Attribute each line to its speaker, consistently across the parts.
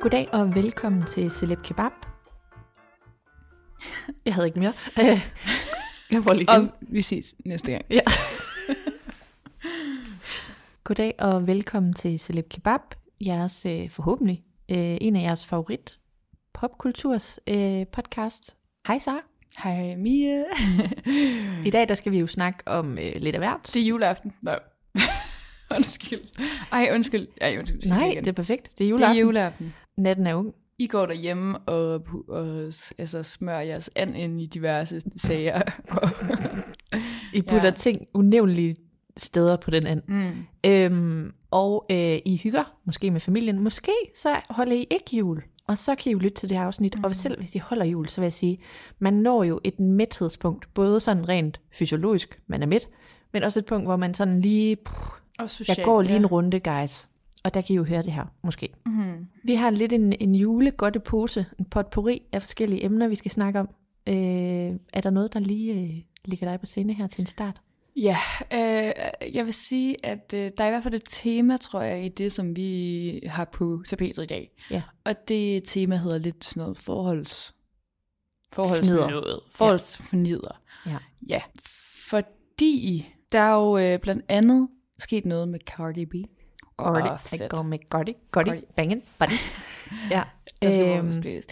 Speaker 1: Goddag og velkommen til Celeb Kebab. Jeg havde ikke mere. Øh, Jeg får lige
Speaker 2: Og
Speaker 1: igen.
Speaker 2: vi ses næste gang.
Speaker 1: Ja. Goddag og velkommen til Celeb Kebab. Jeres øh, forhåbentlig øh, en af jeres favorit popkulturs øh, podcast. Hej Sara.
Speaker 2: Hej Mia.
Speaker 1: I dag der skal vi jo snakke om øh, lidt af hvert.
Speaker 2: det er juleaften. Nå. undskyld. Ej, undskyld. Ej, undskyld. Sig
Speaker 1: Nej,
Speaker 2: igen.
Speaker 1: det er perfekt. Det er
Speaker 2: det
Speaker 1: juleaften.
Speaker 2: er juleaften.
Speaker 1: Natten er ung.
Speaker 2: I går derhjemme og, pu- og s- altså, smører jeres and ind i diverse sager.
Speaker 1: I putter ja. ting unævnlige steder på den anden.
Speaker 2: mm.
Speaker 1: Øhm, og øh, I hygger, måske med familien. Måske så holder I ikke jul, og så kan I jo lytte til det her afsnit. Mm. Og selv hvis I holder jul, så vil jeg sige, man når jo et mæthedspunkt, både sådan rent fysiologisk, man er mæt, men også et punkt, hvor man sådan lige, pff,
Speaker 2: Og socialt.
Speaker 1: jeg går lige
Speaker 2: ja.
Speaker 1: en runde, guys. Og der kan I jo høre det her, måske. Mm. Vi har lidt en, en julegodtepose, en potpourri af forskellige emner, vi skal snakke om. Øh, er der noget, der lige øh, ligger dig på scene her til en start?
Speaker 2: Ja, øh, jeg vil sige, at øh, der er i hvert fald et tema, tror jeg, i det, som vi har på tapetet i dag.
Speaker 1: Ja.
Speaker 2: Og det tema hedder lidt sådan noget forholds...
Speaker 1: Fnider.
Speaker 2: Forholdsnødet. Forholdsfnider.
Speaker 1: Ja.
Speaker 2: Ja, fordi der er jo øh, blandt andet sket noget med Cardi B. og
Speaker 1: Gordy.
Speaker 2: Offset.
Speaker 1: Går med Gordy. Gordy.
Speaker 2: Gordy.
Speaker 1: Bangen. Buddy. ja.
Speaker 2: Der skal
Speaker 1: øhm,
Speaker 2: øhm,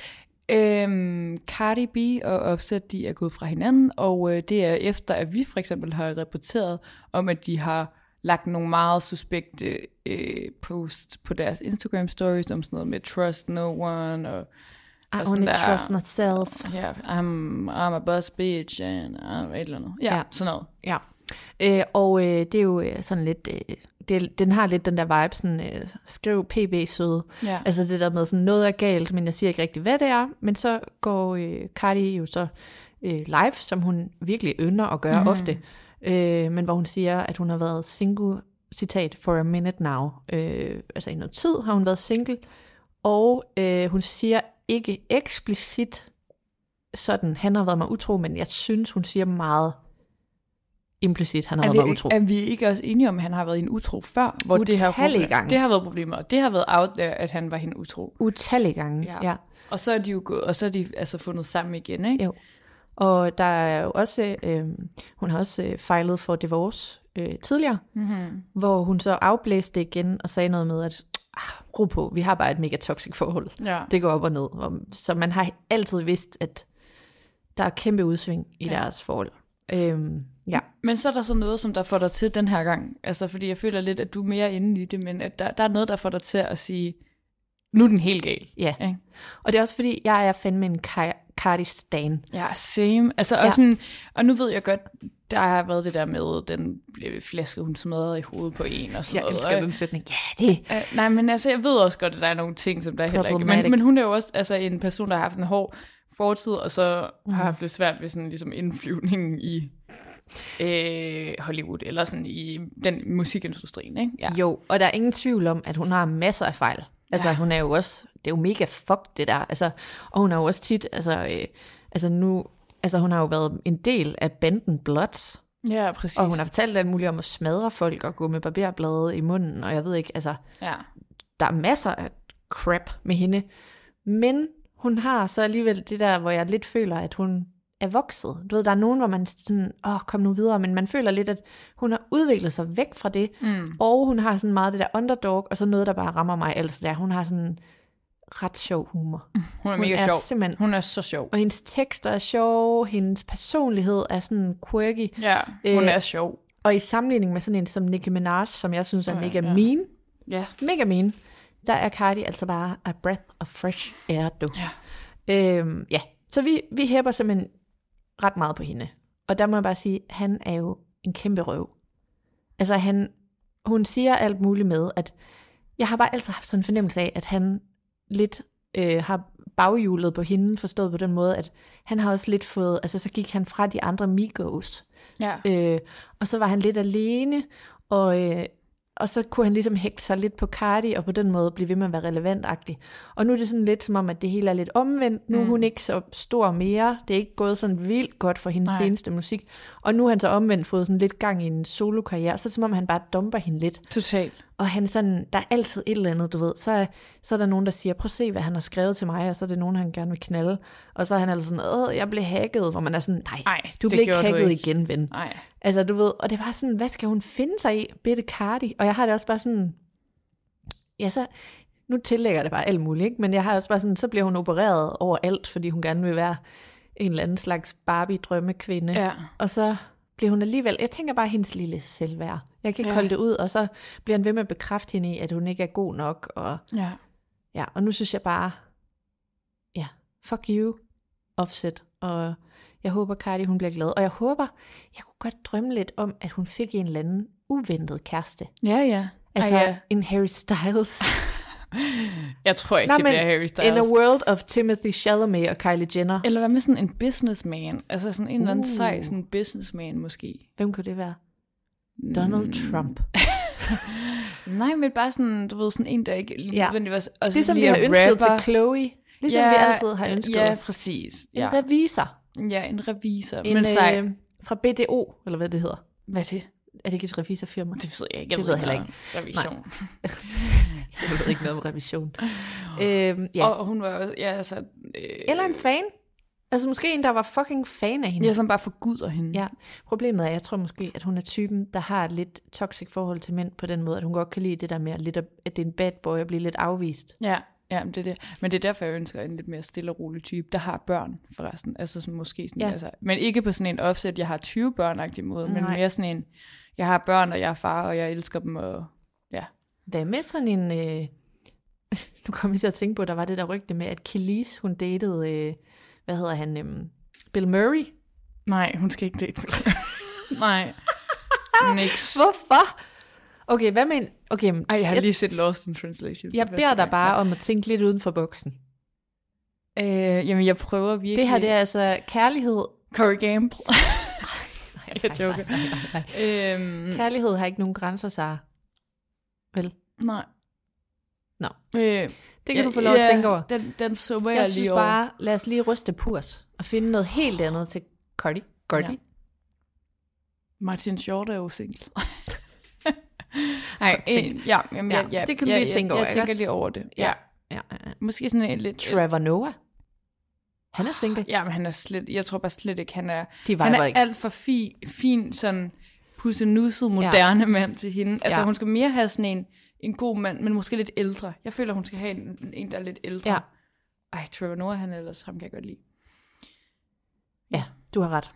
Speaker 2: Øhm, Cardi B og Offset, de er gået fra hinanden, og øh, det er efter, at vi for eksempel har rapporteret om, at de har lagt nogle meget suspekte øh, posts på deres Instagram-stories om sådan noget med trust no one, og
Speaker 1: I
Speaker 2: og sådan
Speaker 1: only
Speaker 2: der-
Speaker 1: trust myself.
Speaker 2: yeah, I'm, I'm a boss bitch, and uh, et eller andet. Ja,
Speaker 1: Ja.
Speaker 2: ja. sådan noget.
Speaker 1: Ja. Øh, og øh, det er jo øh, sådan lidt... Øh, det, den har lidt den der vibe, sådan, øh, skriv pb søde.
Speaker 2: Ja.
Speaker 1: Altså det der med, sådan noget er galt, men jeg siger ikke rigtig, hvad det er. Men så går øh, Cardi jo så øh, live, som hun virkelig ynder at gøre mm. ofte. Øh, men hvor hun siger, at hun har været single, citat, for a minute now. Øh, altså i noget tid har hun været single. Og øh, hun siger ikke eksplicit sådan, han har været mig utro, men jeg synes, hun siger meget implicit, han har
Speaker 2: Er
Speaker 1: været mig
Speaker 2: vi,
Speaker 1: utro.
Speaker 2: ikke, er vi ikke også enige om, at han har været en utro før? Hvor det har,
Speaker 1: Utallige gange.
Speaker 2: det har været problemer, og det har været out there, at han var hende utro.
Speaker 1: Utallige gange, ja.
Speaker 2: Ja.
Speaker 1: ja.
Speaker 2: Og så er de jo gået, og så er de altså fundet sammen igen, ikke?
Speaker 1: Jo. Og der er jo også, øh, hun har også øh, fejlet for divorce øh, tidligere, mm-hmm. hvor hun så afblæste igen og sagde noget med, at ah, ro på, vi har bare et mega toxic forhold.
Speaker 2: Ja.
Speaker 1: Det går op og ned. Og, så man har altid vidst, at der er kæmpe udsving i ja. deres forhold. Øhm, ja.
Speaker 2: Men så er der så noget, som der får dig til den her gang. Altså, fordi jeg føler lidt, at du er mere inde i det, men at der, der er noget, der får dig til at sige, nu er den helt gal.
Speaker 1: Ja.
Speaker 2: Ikke?
Speaker 1: Og det er også fordi, jeg er fandme en Ka- Cardi Stan.
Speaker 2: Ja, same. Altså, og,
Speaker 1: Ja.
Speaker 2: ja. Sådan, og nu ved jeg godt, der har været det der med den øh, flaske, hun smadrede i hovedet på en og sådan
Speaker 1: Jeg
Speaker 2: noget.
Speaker 1: elsker
Speaker 2: og-
Speaker 1: den sætning. Ja, det
Speaker 2: Øh, nej, men altså, jeg ved også godt, at der er nogle ting, som der er heller ikke. Men,
Speaker 1: Problematic.
Speaker 2: men hun er jo også altså, en person, der har haft en hård fortid, og så mm. har haft lidt svært ved sådan, ligesom indflyvningen i øh, Hollywood, eller sådan i den musikindustrien, ikke? Ja.
Speaker 1: Jo, og der er ingen tvivl om, at hun har masser af fejl. Altså, ja. hun er jo også, det er jo mega fucked, det der. Altså, og hun er jo også tit, altså, øh, altså nu, altså hun har jo været en del af banden Bloods,
Speaker 2: Ja, præcis.
Speaker 1: og hun har fortalt alt muligt om at smadre folk og gå med barberblade i munden, og jeg ved ikke, altså,
Speaker 2: Ja.
Speaker 1: der er masser af crap med hende. Men hun har så alligevel det der, hvor jeg lidt føler, at hun er vokset. Du ved, der er nogen, hvor man sådan, åh, oh, kom nu videre, men man føler lidt, at hun har udviklet sig væk fra det, mm. og hun har sådan meget det der underdog, og så noget, der bare rammer mig ellers der. Hun har sådan ret sjov humor. Mm.
Speaker 2: Hun er
Speaker 1: Hun
Speaker 2: mega
Speaker 1: er
Speaker 2: sjov.
Speaker 1: simpelthen-
Speaker 2: Hun er så sjov.
Speaker 1: Og hendes tekster er sjove, hendes personlighed er sådan quirky,
Speaker 2: Ja, hun
Speaker 1: Øh,
Speaker 2: er sjov.
Speaker 1: og i sammenligning med sådan en som Nicki Minaj, som jeg synes er mega mean,
Speaker 2: Ja.
Speaker 1: mega mean, der er Cardi altså bare a breath of fresh air, du. Ja. Øhm, ja. Så vi, vi hæpper simpelthen ret meget på hende. Og der må jeg bare sige, han er jo en kæmpe røv. Altså han, hun siger alt muligt med, at jeg har bare altid haft sådan en fornemmelse af, at han lidt øh, har baghjulet på hende, forstået på den måde, at han har også lidt fået, altså så gik han fra de andre Migos,
Speaker 2: Ja.
Speaker 1: Øh, og så var han lidt alene, og, øh, og så kunne han ligesom hægte sig lidt på Cardi, og på den måde blive ved med at være relevantagtig. Og nu er det sådan lidt som om, at det hele er lidt omvendt. Nu er hun ikke så stor mere. Det er ikke gået sådan vildt godt for hendes Nej. seneste musik. Og nu er han så omvendt fået sådan lidt gang i en solokarriere. Så er det som om, han bare dumper hende lidt.
Speaker 2: Totalt.
Speaker 1: Og han sådan, der er altid et eller andet, du ved. Så er, så er der nogen, der siger, prøv at se, hvad han har skrevet til mig, og så er det nogen, han gerne vil knalde. Og så er han altså sådan, Åh, jeg blev hacket, hvor man er sådan, nej,
Speaker 2: Ej,
Speaker 1: du
Speaker 2: det
Speaker 1: blev ikke
Speaker 2: gjorde du
Speaker 1: hacket
Speaker 2: ikke."
Speaker 1: igen, ven.
Speaker 2: Nej.
Speaker 1: Altså, du ved, og det var sådan, hvad skal hun finde sig i, bitte Cardi? Og jeg har det også bare sådan, ja, så, nu tillægger jeg det bare alt muligt, ikke? men jeg har også bare sådan, så bliver hun opereret over alt, fordi hun gerne vil være en eller anden slags Barbie-drømmekvinde.
Speaker 2: Ja.
Speaker 1: Og så bliver hun alligevel, jeg tænker bare hendes lille selvværd. Jeg kan ikke ja. holde det ud, og så bliver han ved med at bekræfte hende i, at hun ikke er god nok. Og,
Speaker 2: Ja.
Speaker 1: ja, og nu synes jeg bare, ja, fuck you, offset. Og jeg håber, Cardi, hun bliver glad. Og jeg håber, jeg kunne godt drømme lidt om, at hun fik en eller anden uventet kæreste.
Speaker 2: Ja, ja.
Speaker 1: Altså
Speaker 2: Ej, Ah, ja.
Speaker 1: en Harry Styles.
Speaker 2: Jeg tror ikke, Nej, det bliver Harry Styles.
Speaker 1: in a world of Timothy Chalamet og Kylie Jenner.
Speaker 2: Eller hvad med sådan en businessman? Altså sådan en eller anden sej sådan businessman måske.
Speaker 1: Hvem kunne det være?
Speaker 2: Mm.
Speaker 1: Donald Trump.
Speaker 2: Nej, men bare sådan, du ved, sådan en, der ikke
Speaker 1: Ja.
Speaker 2: ja. nødvendigvis... Og
Speaker 1: Det, som Ligesom vi har ønsket til Chloe. Ligesom ja, vi altid har ønsket.
Speaker 2: Ja, præcis.
Speaker 1: En
Speaker 2: Ja,
Speaker 1: revisor.
Speaker 2: ja en revisor.
Speaker 1: En,
Speaker 2: men sej.
Speaker 1: øh, fra BDO, eller hvad det hedder.
Speaker 2: Hvad er det?
Speaker 1: Er det ikke et revisorfirma?
Speaker 2: Det ved jeg ikke. Jeg
Speaker 1: Det ved jeg heller
Speaker 2: noget om Revision.
Speaker 1: Jeg ved ikke noget om revision. øhm, ja.
Speaker 2: Ja.
Speaker 1: og,
Speaker 2: Og hun var også... Ja, altså... Øh,
Speaker 1: eller en fan. Altså måske en, der var fucking fan af hende.
Speaker 2: Ja, som bare forguder hende.
Speaker 1: Ja. Problemet er, jeg tror måske, at hun er typen, der har et lidt toxic forhold til mænd på den måde, at hun godt kan lide det der med, at, lidt, at at det er en bad boy og blive lidt afvist.
Speaker 2: Ja, ja men, det er det. men det er derfor, jeg ønsker en lidt mere stille og rolig type, der har børn forresten. Altså sådan, måske sådan,
Speaker 1: Ja.
Speaker 2: ja. altså, men ikke på sådan en offset, jeg har 20 børn måde, men
Speaker 1: Nej.
Speaker 2: mere sådan en, jeg har børn, og jeg er far, og jeg elsker dem, og ja.
Speaker 1: Hvad med sådan en... Øh... Nu kom jeg til at tænke på, at der var det der rygte med, at Kelis, hun datede... Øh... Hvad hedder han? Øh... Bill Murray.
Speaker 2: Nej, hun skal ikke date. Nej. Nix.
Speaker 1: Hvorfor? Okay, hvad med en... Okay, men
Speaker 2: Ej, jeg har
Speaker 1: jeg,
Speaker 2: lige set Lost in Translation. for
Speaker 1: jeg
Speaker 2: første
Speaker 1: beder dig
Speaker 2: gang.
Speaker 1: bare om at tænke lidt uden for boksen.
Speaker 2: Øh, jamen, jeg prøver virkelig.
Speaker 1: Det her, det er altså kærlighed.
Speaker 2: Corey Gamble.
Speaker 1: Nej,
Speaker 2: Jeg joker. øhm,
Speaker 1: Kærlighed har ikke nogen grænser, Sara. Vel?
Speaker 2: nej.
Speaker 1: Nå.
Speaker 2: Øh,
Speaker 1: Det kan du få lov at tænke over.
Speaker 2: Den, den summer jeg,
Speaker 1: Jeg synes
Speaker 2: lige over.
Speaker 1: bare, lad os lige ryste purs og finde noget helt andet til Cardi. Cardi.
Speaker 2: Ja. Martin Short er jo single. Nej,
Speaker 1: single.
Speaker 2: øh, ja, jamen,
Speaker 1: Ja,
Speaker 2: ja, ja,
Speaker 1: det kan du
Speaker 2: ja,
Speaker 1: lige tænke over,
Speaker 2: Jeg, jeg
Speaker 1: ikke
Speaker 2: tænker
Speaker 1: også?
Speaker 2: lige over det. Ja. ja.
Speaker 1: ja, ja, ja.
Speaker 2: Måske sådan en lidt...
Speaker 1: Trevor Noah. Ah, Han er single.
Speaker 2: Ja, men han er slet... Jeg tror bare slet ikke, han er...
Speaker 1: De
Speaker 2: han
Speaker 1: viber
Speaker 2: er
Speaker 1: ikke.
Speaker 2: alt for fi, fin, sådan pussenusset, moderne ja. mand til hende. Altså,
Speaker 1: Ja.
Speaker 2: ja. hun skal mere have sådan en, en god mand, men måske lidt ældre. Jeg føler, hun skal have en, en der er lidt ældre.
Speaker 1: Ja.
Speaker 2: Ej, Trevor Noah, han er ellers, ham kan jeg godt lide.
Speaker 1: Ja, du har ret.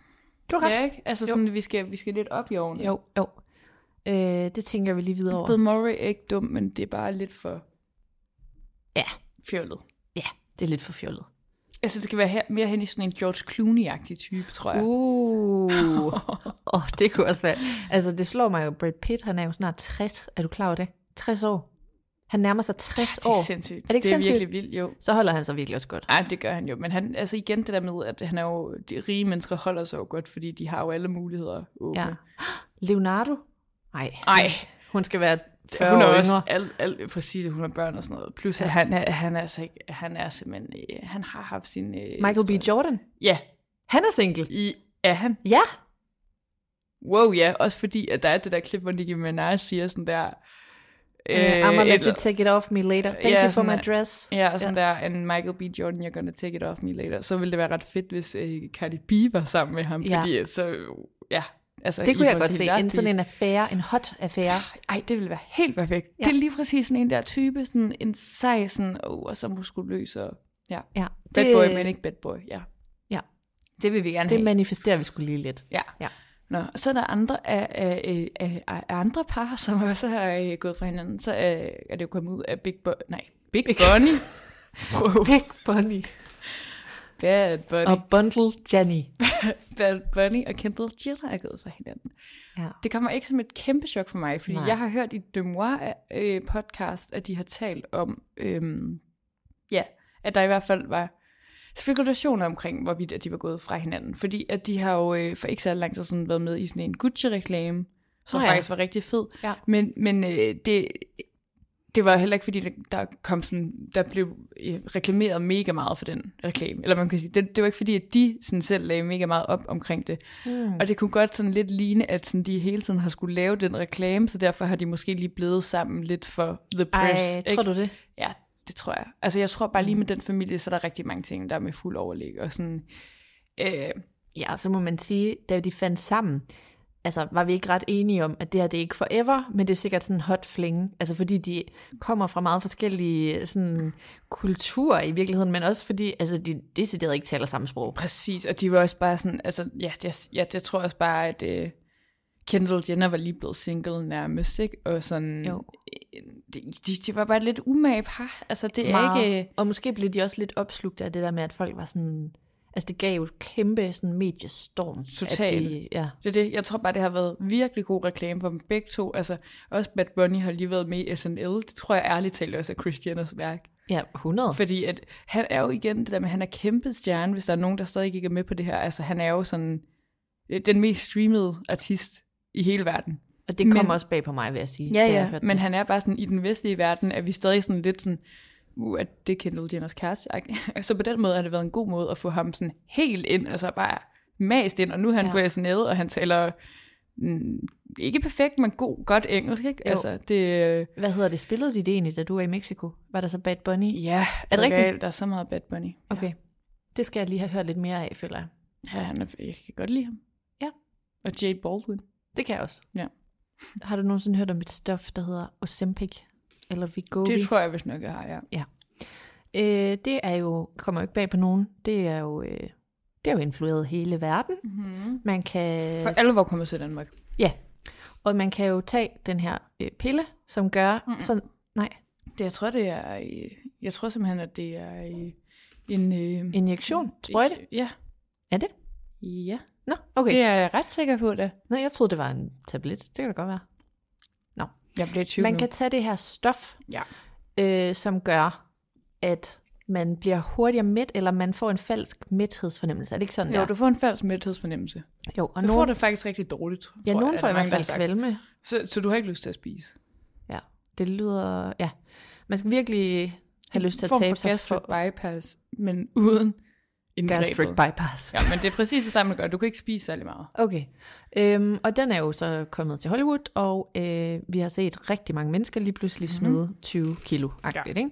Speaker 1: Du har ret.
Speaker 2: Ja, ikke? Altså,
Speaker 1: Jo.
Speaker 2: sådan, vi, skal, vi skal lidt op i ovnen.
Speaker 1: Jo, jo. Øh, det tænker vi lige videre over.
Speaker 2: Bill Murray er ikke dum, men det er bare lidt for
Speaker 1: Ja,
Speaker 2: fjollet.
Speaker 1: ja, det er lidt for fjollet.
Speaker 2: Jeg synes, det skal være her, mere hen i sådan en George Clooney-agtig type, tror jeg.
Speaker 1: Uh, oh, det kunne også være. Altså, det slår mig jo, Brad Pitt, han er jo snart 60. Er du klar over det? 60 år. Han nærmer sig 60
Speaker 2: Ah, det
Speaker 1: år.
Speaker 2: er sindssygt.
Speaker 1: Er det ikke
Speaker 2: det er
Speaker 1: sindssygt?
Speaker 2: virkelig vildt, jo.
Speaker 1: Så holder han sig virkelig også godt.
Speaker 2: Ej, det gør han jo. Men han, altså igen det der med, at han er jo, de rige mennesker holder sig jo godt, fordi de har jo alle muligheder åbne.
Speaker 1: Ja.
Speaker 2: Ja.
Speaker 1: Leonardo? Nej.
Speaker 2: Ej,
Speaker 1: Hun skal være 40
Speaker 2: hun er
Speaker 1: år
Speaker 2: også
Speaker 1: yngre.
Speaker 2: alt, alt, præcis, hun har børn og sådan noget. Plus, at han, er, han, er, altså ikke, han er simpelthen, øh, han har haft sin... Øh,
Speaker 1: Michael B.
Speaker 2: historie.
Speaker 1: Jordan.
Speaker 2: Ja,
Speaker 1: Han er single.
Speaker 2: i, er han?
Speaker 1: Ja.
Speaker 2: Wow, ja, også fordi, at der er det der klip, hvor Nicki Minaj siger sådan der...
Speaker 1: Uh, I'm gonna let
Speaker 2: Øh, et-
Speaker 1: you take it off me later. Thank
Speaker 2: Ja,
Speaker 1: you for
Speaker 2: sådan
Speaker 1: my
Speaker 2: er-
Speaker 1: dress.
Speaker 2: Ja, og sådan ja. der, and Michael B. Jordan, you're gonna take it off me later. Så ville det være ret fedt, hvis øh, Cardi B var sammen med ham,
Speaker 1: Ja.
Speaker 2: ja. fordi øh, så, øh, ja. Altså,
Speaker 1: Det
Speaker 2: i
Speaker 1: kunne jeg
Speaker 2: forhold
Speaker 1: godt
Speaker 2: til
Speaker 1: se.
Speaker 2: deres
Speaker 1: En sådan
Speaker 2: liv.
Speaker 1: en affære, en hot affære.
Speaker 2: Ej, det ville være helt perfekt. Ja. Det er lige præcis sådan en der type, sådan en sej, sådan, oh, og så muskuløs, og ja.
Speaker 1: Ja,
Speaker 2: Bad
Speaker 1: det-
Speaker 2: boy, men ikke bad boy, ja.
Speaker 1: Ja.
Speaker 2: Det vil vi gerne
Speaker 1: Det
Speaker 2: have.
Speaker 1: manifesterer vi skulle lige lidt.
Speaker 2: Ja.
Speaker 1: Ja.
Speaker 2: Nå, og så er der andre af, af, af, af, af andre par, som også har øh, gået fra hinanden. Så øh, er det jo kommet ud af Big Bunny. Nej, Big, Big Bunny. wow.
Speaker 1: Big Bunny.
Speaker 2: Bad Bunny.
Speaker 1: Og Bundle Jenny.
Speaker 2: Bad Bunny og Kendall Jenner er gået fra hinanden.
Speaker 1: Ja.
Speaker 2: Det kommer ikke som et kæmpe chok for mig, fordi
Speaker 1: Nej.
Speaker 2: Nej. jeg har hørt i Demois øh, podcast, at de har talt om, øhm, ja, at der i hvert fald var spekulationer omkring, hvorvidt at de var gået fra hinanden. Fordi at de har jo øh, for ikke så lang tid siden været med i sådan en Gucci-reklame, som
Speaker 1: Nå
Speaker 2: oh,
Speaker 1: ja.
Speaker 2: ja. faktisk var rigtig fed.
Speaker 1: Ja.
Speaker 2: Men, men øh, det, det var heller ikke fordi, der, der kom sådan, der blev øh, reklameret mega meget for den reklame. Eller man kan sige, det, det var ikke fordi, at de sådan selv lagde mega meget op omkring det.
Speaker 1: Hmm.
Speaker 2: Mm. Og det kunne godt sådan lidt ligne, at sådan, de hele tiden har skulle lave den reklame, så derfor har de måske lige blevet sammen lidt for the press.
Speaker 1: Ej, tror du det? Hmm.
Speaker 2: Ja, det tror jeg. Altså jeg tror bare lige med den familie, så er der rigtig mange ting, der er med fuld overlæg. Og sådan, øh,
Speaker 1: Ja, og så må man sige, da de fandt sammen, altså var vi ikke ret enige om, at det her det er ikke forever, men det er sikkert sådan en hot fling. Altså fordi de kommer fra meget forskellige sådan, kulturer i virkeligheden, men også fordi altså, de decideret ikke taler samme sprog.
Speaker 2: Præcis, og de var også bare sådan, altså, ja, jeg, jeg, jeg tror også bare, at øh, Kendall Jenner var lige blevet single nærmest, ikke? Og sådan,
Speaker 1: Jo.
Speaker 2: øh, de, de, de var bare et lidt umage par, altså det er
Speaker 1: Meget.
Speaker 2: ikke...
Speaker 1: Og måske blev de også lidt opslugt af det der med, at folk var sådan... Altså det gav jo et kæmpe sådan mediestorm.
Speaker 2: Total.
Speaker 1: At de, ja.
Speaker 2: Det er det. Jeg tror bare, det har været virkelig god reklame for dem begge to. Altså, også Bad Bunny har lige været med i SNL. Det tror jeg ærligt talt også er Christianers værk.
Speaker 1: ja, 100.
Speaker 2: Fordi at han er jo igen det der med, at han er kæmpe stjerne, hvis der er nogen, der stadig ikke er med på det her. Altså, han er jo sådan øh, den mest streamede artist i hele verden.
Speaker 1: Og det kom
Speaker 2: Men-
Speaker 1: også bag på mig, vil jeg sige.
Speaker 2: Ja,
Speaker 1: da jeg
Speaker 2: ja,
Speaker 1: hørte
Speaker 2: men
Speaker 1: det.
Speaker 2: han er bare sådan, i den vestlige verden, at vi stadig sådan lidt sådan, uh, at det er Kendall Jenners kæreste. Så på den måde har det været en god måde at få ham sådan helt ind, altså bare mast ind, og nu er han
Speaker 1: Ja.
Speaker 2: ja. på SNL, og han taler mm, ikke perfekt, men god, godt engelsk, ikke?
Speaker 1: Jo.
Speaker 2: Altså, det... øh,
Speaker 1: Hvad hedder det? Spillede de det egentlig, da du var i Mexico? Var der så Bad Bunny?
Speaker 2: Ja,
Speaker 1: Er det rigtigt?
Speaker 2: galt? Der er så meget Bad Bunny.
Speaker 1: Okay. Det skal jeg lige have hørt lidt mere af, føler jeg.
Speaker 2: Ja, han er, jeg kan godt lide ham.
Speaker 1: Ja.
Speaker 2: Og Jade Baldwin.
Speaker 1: Det kan jeg også.
Speaker 2: Ja.
Speaker 1: Har du nogensinde hørt om et stof, der hedder Ozempic? Eller Vigovi?
Speaker 2: Det tror jeg vist nok, jeg har, ja.
Speaker 1: Øh, det er jo, kommer jo ikke bag på nogen, det er jo, øh, det er jo influeret hele verden. Mm-hmm. Man kan,
Speaker 2: Mhm. For alvor kommer til Danmark.
Speaker 1: ja, og man kan jo tage den her øh, pille, som gør, mm-hmm. sådan, nej,
Speaker 2: Det, jeg tror, det er... øh, Jeg tror simpelthen, at det er øh, en... Øh,
Speaker 1: injektion, sprøjte,
Speaker 2: Ja.
Speaker 1: er det?
Speaker 2: Ja.
Speaker 1: Nå, okay.
Speaker 2: Det er jeg ret sikker på, det.
Speaker 1: Nå, jeg troede, det var en tablet, det kan det godt være. Nå,
Speaker 2: Jeg bliver 20
Speaker 1: man kan tage det her stof,
Speaker 2: Ja.
Speaker 1: øh, som gør, at man bliver hurtigere mæt, eller man får en falsk mæthedsfornemmelse. Er det ikke sådan,
Speaker 2: Jo,
Speaker 1: der?
Speaker 2: du får en falsk mæthedsfornemmelse.
Speaker 1: jo og
Speaker 2: Du får
Speaker 1: nogen,
Speaker 2: det faktisk rigtig dårligt, tror
Speaker 1: ja,
Speaker 2: jeg,
Speaker 1: nogen
Speaker 2: at
Speaker 1: får i
Speaker 2: mange,
Speaker 1: hvert
Speaker 2: der har
Speaker 1: fald
Speaker 2: sagt.
Speaker 1: kvalme.
Speaker 2: Så, så du har ikke lyst til at spise?
Speaker 1: Ja, det lyder... Ja, man skal virkelig have lyst til at
Speaker 2: Form
Speaker 1: tabe
Speaker 2: for
Speaker 1: sig
Speaker 2: gastric
Speaker 1: for
Speaker 2: bypass, men uden indgrebet.
Speaker 1: gastric bypass.
Speaker 2: Ja, men det er præcis det samme, der gør. Du kan ikke spise særlig meget.
Speaker 1: Okay, øhm, og den er jo så kommet til Hollywood, og øh, vi har set rigtig mange mennesker lige pludselig smide 20 kilo agtigt, ja. ikke?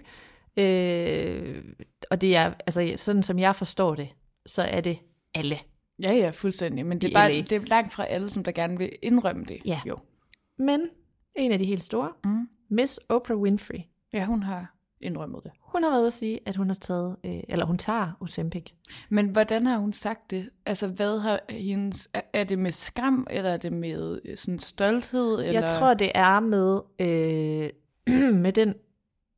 Speaker 1: Øh, og det er, altså sådan som jeg forstår det, så er det alle.
Speaker 2: Ja, ja, fuldstændig. Men det
Speaker 1: I
Speaker 2: er, bare,
Speaker 1: LA.
Speaker 2: det er langt fra alle, som der gerne vil indrømme det.
Speaker 1: Ja.
Speaker 2: Jo.
Speaker 1: Men en af de helt store, mm. Miss Oprah Winfrey,
Speaker 2: ja, hun har indrømmet det.
Speaker 1: hun har været ude at sige, at hun har taget, øh, eller hun tager Ozempic.
Speaker 2: Men hvordan har hun sagt det? Altså, hvad har hendes... Er, er det med skam, eller er det med øh, sådan stolthed? Eller?
Speaker 1: Jeg tror, det er med, øh, med den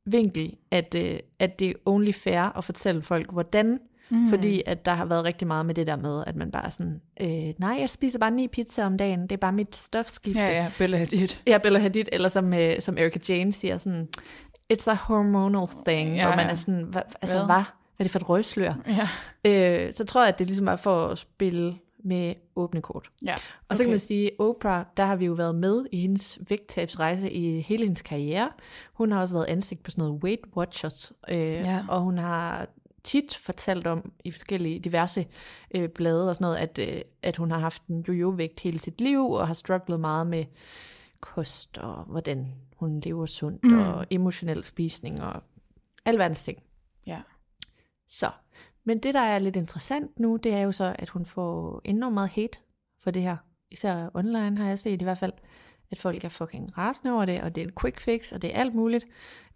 Speaker 1: vinkel, at, øh, at det er only fair at fortælle folk, hvordan. Mm. Fordi at der har været rigtig meget med det der med, at man bare er sådan, øh, nej, jeg spiser bare ni pizzaer om dagen, det er bare mit stofskifte.
Speaker 2: Ja, ja, Bella Hadid.
Speaker 1: Ja, Bella Hadid, eller som, øh, som Erika Jane siger, sådan, it's a hormonal thing, ja,
Speaker 2: Ja,
Speaker 1: hvor man
Speaker 2: ja.
Speaker 1: er sådan, hva, altså, hvad?
Speaker 2: Hvad?
Speaker 1: hvad er det for et røgslør?
Speaker 2: Ja.
Speaker 1: Øh, så tror jeg, at det ligesom er for at spille med åbne kort.
Speaker 2: Ja.
Speaker 1: Og så kan man sige, Oprah, der har vi jo været med i hendes vægttabsrejse i hele hendes karriere. Hun har også været ansigt på sådan noget Weight Watchers, øh, ja. og hun har tit fortalt om i forskellige diverse øh, blade og sådan noget, at, øh, at hun har haft en jojo-vægt hele sit liv, og har strugglet meget med kost, og hvordan hun lever sundt, mm. og emotionel spisning, og alverdens ting.
Speaker 2: ja.
Speaker 1: Så, men det der er lidt interessant nu, det er jo så, at hun får enormt meget hate for det her. Især online har jeg set i hvert fald, at folk er fucking rasende over det, og det er en quick fix, og det er alt muligt.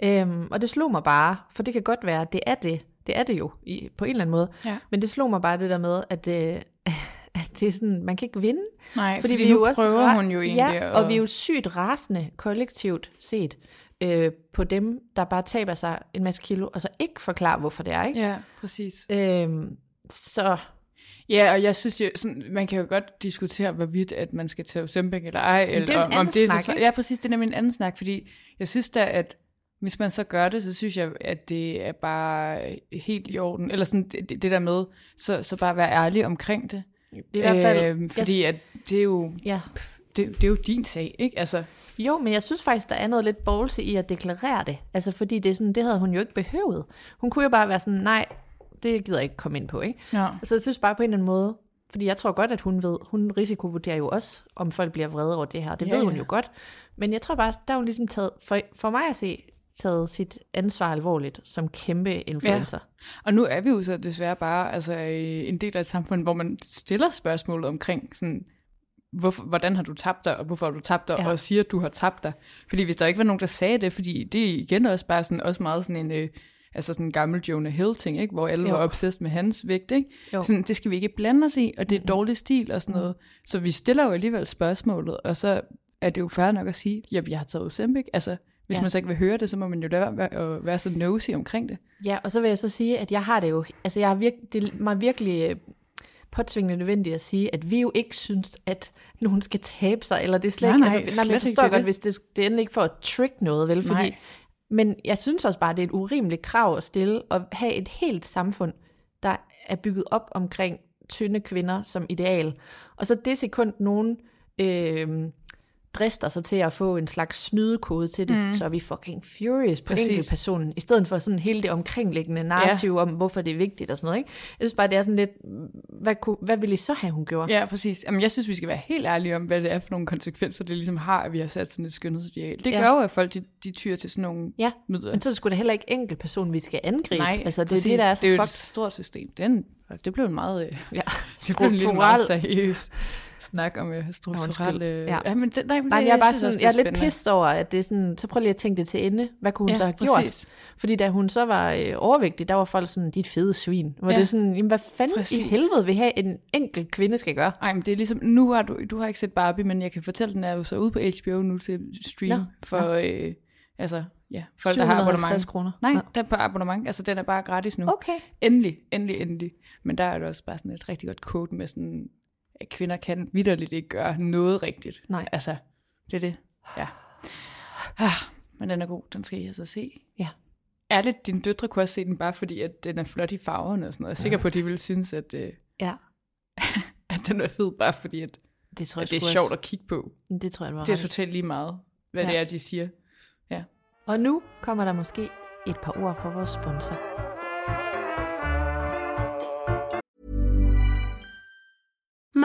Speaker 1: Øhm, og det slog mig bare, for det kan godt være, at det er det. Det er det jo, i, på en eller anden måde.
Speaker 2: Ja.
Speaker 1: Men det slog mig bare det der med, at, øh, at det er sådan, man kan ikke vinde.
Speaker 2: Nej, fordi nu prøver
Speaker 1: ra-
Speaker 2: hun jo egentlig
Speaker 1: Ja,
Speaker 2: at-
Speaker 1: og vi er jo sygt rasende kollektivt set øh, på dem, der bare taber sig en masse kilo, og så ikke forklarer, hvorfor det er, ikke?
Speaker 2: Ja, præcis.
Speaker 1: Øhm, så
Speaker 2: Ja, og jeg synes jo, sådan, man kan jo godt diskutere, hvorvidt at man skal tage Ozempic eller ej, eller
Speaker 1: det er jo en
Speaker 2: om, om
Speaker 1: anden
Speaker 2: det
Speaker 1: snak,
Speaker 2: er så-
Speaker 1: ikke?
Speaker 2: Ja, præcis, det er nemlig en anden snak, fordi jeg synes da, at hvis man så gør det, så synes jeg, at det er bare helt i orden, eller sådan det, det det der med, så, så bare være ærlig omkring det.
Speaker 1: i hvert fald...
Speaker 2: øh, fordi
Speaker 1: jeg,
Speaker 2: at det er jo...
Speaker 1: ja.
Speaker 2: Pff, det, det er jo din sag, ikke? Altså,
Speaker 1: Jo, men jeg synes faktisk, der er noget lidt bolse i at deklarere det. Altså, fordi det, er sådan, det havde hun jo ikke behøvet. Hun kunne jo bare være sådan, nej, det gider jeg ikke komme ind på, ikke?
Speaker 2: Ja.
Speaker 1: Så jeg synes bare på en eller anden måde, fordi jeg tror godt, at hun ved, hun risikovurderer jo også, om folk bliver vrede over det her, det
Speaker 2: Ja,
Speaker 1: ja, ved hun
Speaker 2: ja.
Speaker 1: jo godt. Men jeg tror bare, der har hun ligesom taget, for, for mig at se, taget sit ansvar alvorligt som kæmpe influencer.
Speaker 2: Og nu er vi jo så desværre bare altså, øh, en del af et samfund, hvor man stiller spørgsmålet omkring, sådan, hvorfor, hvordan har du tabt dig, og hvorfor har du tabt dig, ja.
Speaker 1: Ja.
Speaker 2: og siger, at du har tabt dig. Fordi hvis der ikke var nogen, der sagde det, fordi det er igen også bare sådan, også meget sådan en... Øh, altså sådan en gammel Jonah Hill-ting, ikke? hvor alle
Speaker 1: Jo.
Speaker 2: var obsessed med hans vægt. Ikke?
Speaker 1: Jo. Mm.
Speaker 2: Sådan, det skal vi ikke blande os i, og det er dårlig stil og sådan noget. Så vi stiller jo alligevel spørgsmålet, og så er det jo fair nok at sige, ja, jeg har taget Ozempic. Altså, hvis ja.
Speaker 1: Ja.
Speaker 2: man så ikke vil høre det, så må man jo lade være med at være så nosy omkring det.
Speaker 1: Ja, og så vil jeg så sige, at jeg har det jo, altså jeg har virk, det er mig virkelig øh, påtvingende nødvendigt at sige, at vi jo ikke synes, at nogen skal tabe sig, eller det er slet
Speaker 2: Nej,
Speaker 1: ikke,
Speaker 2: nej,
Speaker 1: altså, nej, men jeg
Speaker 2: slet ikke,
Speaker 1: forstår
Speaker 2: det er
Speaker 1: godt,
Speaker 2: det.
Speaker 1: hvis det, det er endelig ikke for at trick noget, vel, fordi,
Speaker 2: Nej.
Speaker 1: men jeg synes også bare, det er et urimeligt krav at stille, at have et helt samfund, der er bygget op omkring tynde kvinder som ideal, og så det sekund nogen øh, drister sig til at få en slags snydekode til det, mm. så er vi fucking furious på
Speaker 2: Præcis.
Speaker 1: enkelt personen, i stedet for sådan hele det omkringliggende narrativ ja. om, hvorfor det er vigtigt og sådan noget. Ikke? Jeg synes bare, det er sådan lidt, hvad, kunne, hvad ville I så have, hun gjorde?
Speaker 2: Ja, præcis. Jamen, jeg synes, vi skal være helt ærlige om, hvad det er for nogle konsekvenser, det ligesom har, at vi har sat sådan et skønhedsideal. Det
Speaker 1: Ja.
Speaker 2: gør jo, at folk de, de tyr til sådan nogle
Speaker 1: Ja,
Speaker 2: midler.
Speaker 1: men så er det sgu da heller ikke enkelt person, vi skal angribe.
Speaker 2: Nej,
Speaker 1: altså, det
Speaker 2: præcis.
Speaker 1: er det, der er så
Speaker 2: det er jo et
Speaker 1: fucked.
Speaker 2: stort system. Den, det blev en meget, øh,
Speaker 1: Ja,
Speaker 2: det blev en lidt meget
Speaker 1: strukturel.
Speaker 2: seriøs snak om øh, strukturelle...
Speaker 1: Ja.
Speaker 2: ja. men det, nej, men
Speaker 1: Nej,
Speaker 2: det,
Speaker 1: jeg er bare
Speaker 2: synes
Speaker 1: sådan,
Speaker 2: også, det
Speaker 1: jeg er lidt
Speaker 2: spændende.
Speaker 1: pissed over, at det er sådan, så prøv lige at tænke det til ende. Hvad kunne hun
Speaker 2: Ja,
Speaker 1: så have
Speaker 2: præcis.
Speaker 1: gjort? Fordi da hun så var øh, overvægtig, der var folk sådan, dit fede svin. Hvor
Speaker 2: Ja.
Speaker 1: ja. det er sådan, jamen, hvad fanden
Speaker 2: Præcis.
Speaker 1: i helvede vil have en enkelt kvinde skal gøre?
Speaker 2: Ej, men det er ligesom, nu har du, du har ikke set Barbie, men jeg kan fortælle, den er jo så ude på HBO nu til stream
Speaker 1: Nå,
Speaker 2: for, øh, altså, ja, folk, der har
Speaker 1: 750
Speaker 2: abonnement.
Speaker 1: kroner.
Speaker 2: Nej,
Speaker 1: Nå.
Speaker 2: den er på abonnement, altså den er bare gratis nu.
Speaker 1: Okay.
Speaker 2: Endelig, endelig, endelig. Men der er det også bare sådan et rigtig godt quote med sådan, at kvinder kan vidderligt ikke gøre noget rigtigt.
Speaker 1: Nej.
Speaker 2: Altså, det er det. Ja. Ah, men den er god, den skal I altså se.
Speaker 1: Ja.
Speaker 2: Ærligt, dine døtre kunne også se den, bare fordi, at den er flot i farverne og sådan noget. Jeg er sikker på, at de ville synes, at, øh,
Speaker 1: Ja,
Speaker 2: at den er fed, bare fordi, at,
Speaker 1: det tror jeg
Speaker 2: at det er
Speaker 1: sgu
Speaker 2: sjovt
Speaker 1: også.
Speaker 2: at kigge på.
Speaker 1: Det tror jeg, du har
Speaker 2: Det er
Speaker 1: ret i.
Speaker 2: totalt lige meget, hvad ja. det
Speaker 1: Ja.
Speaker 2: er, de siger. Ja.
Speaker 1: Og nu kommer der måske et par ord fra vores sponsor.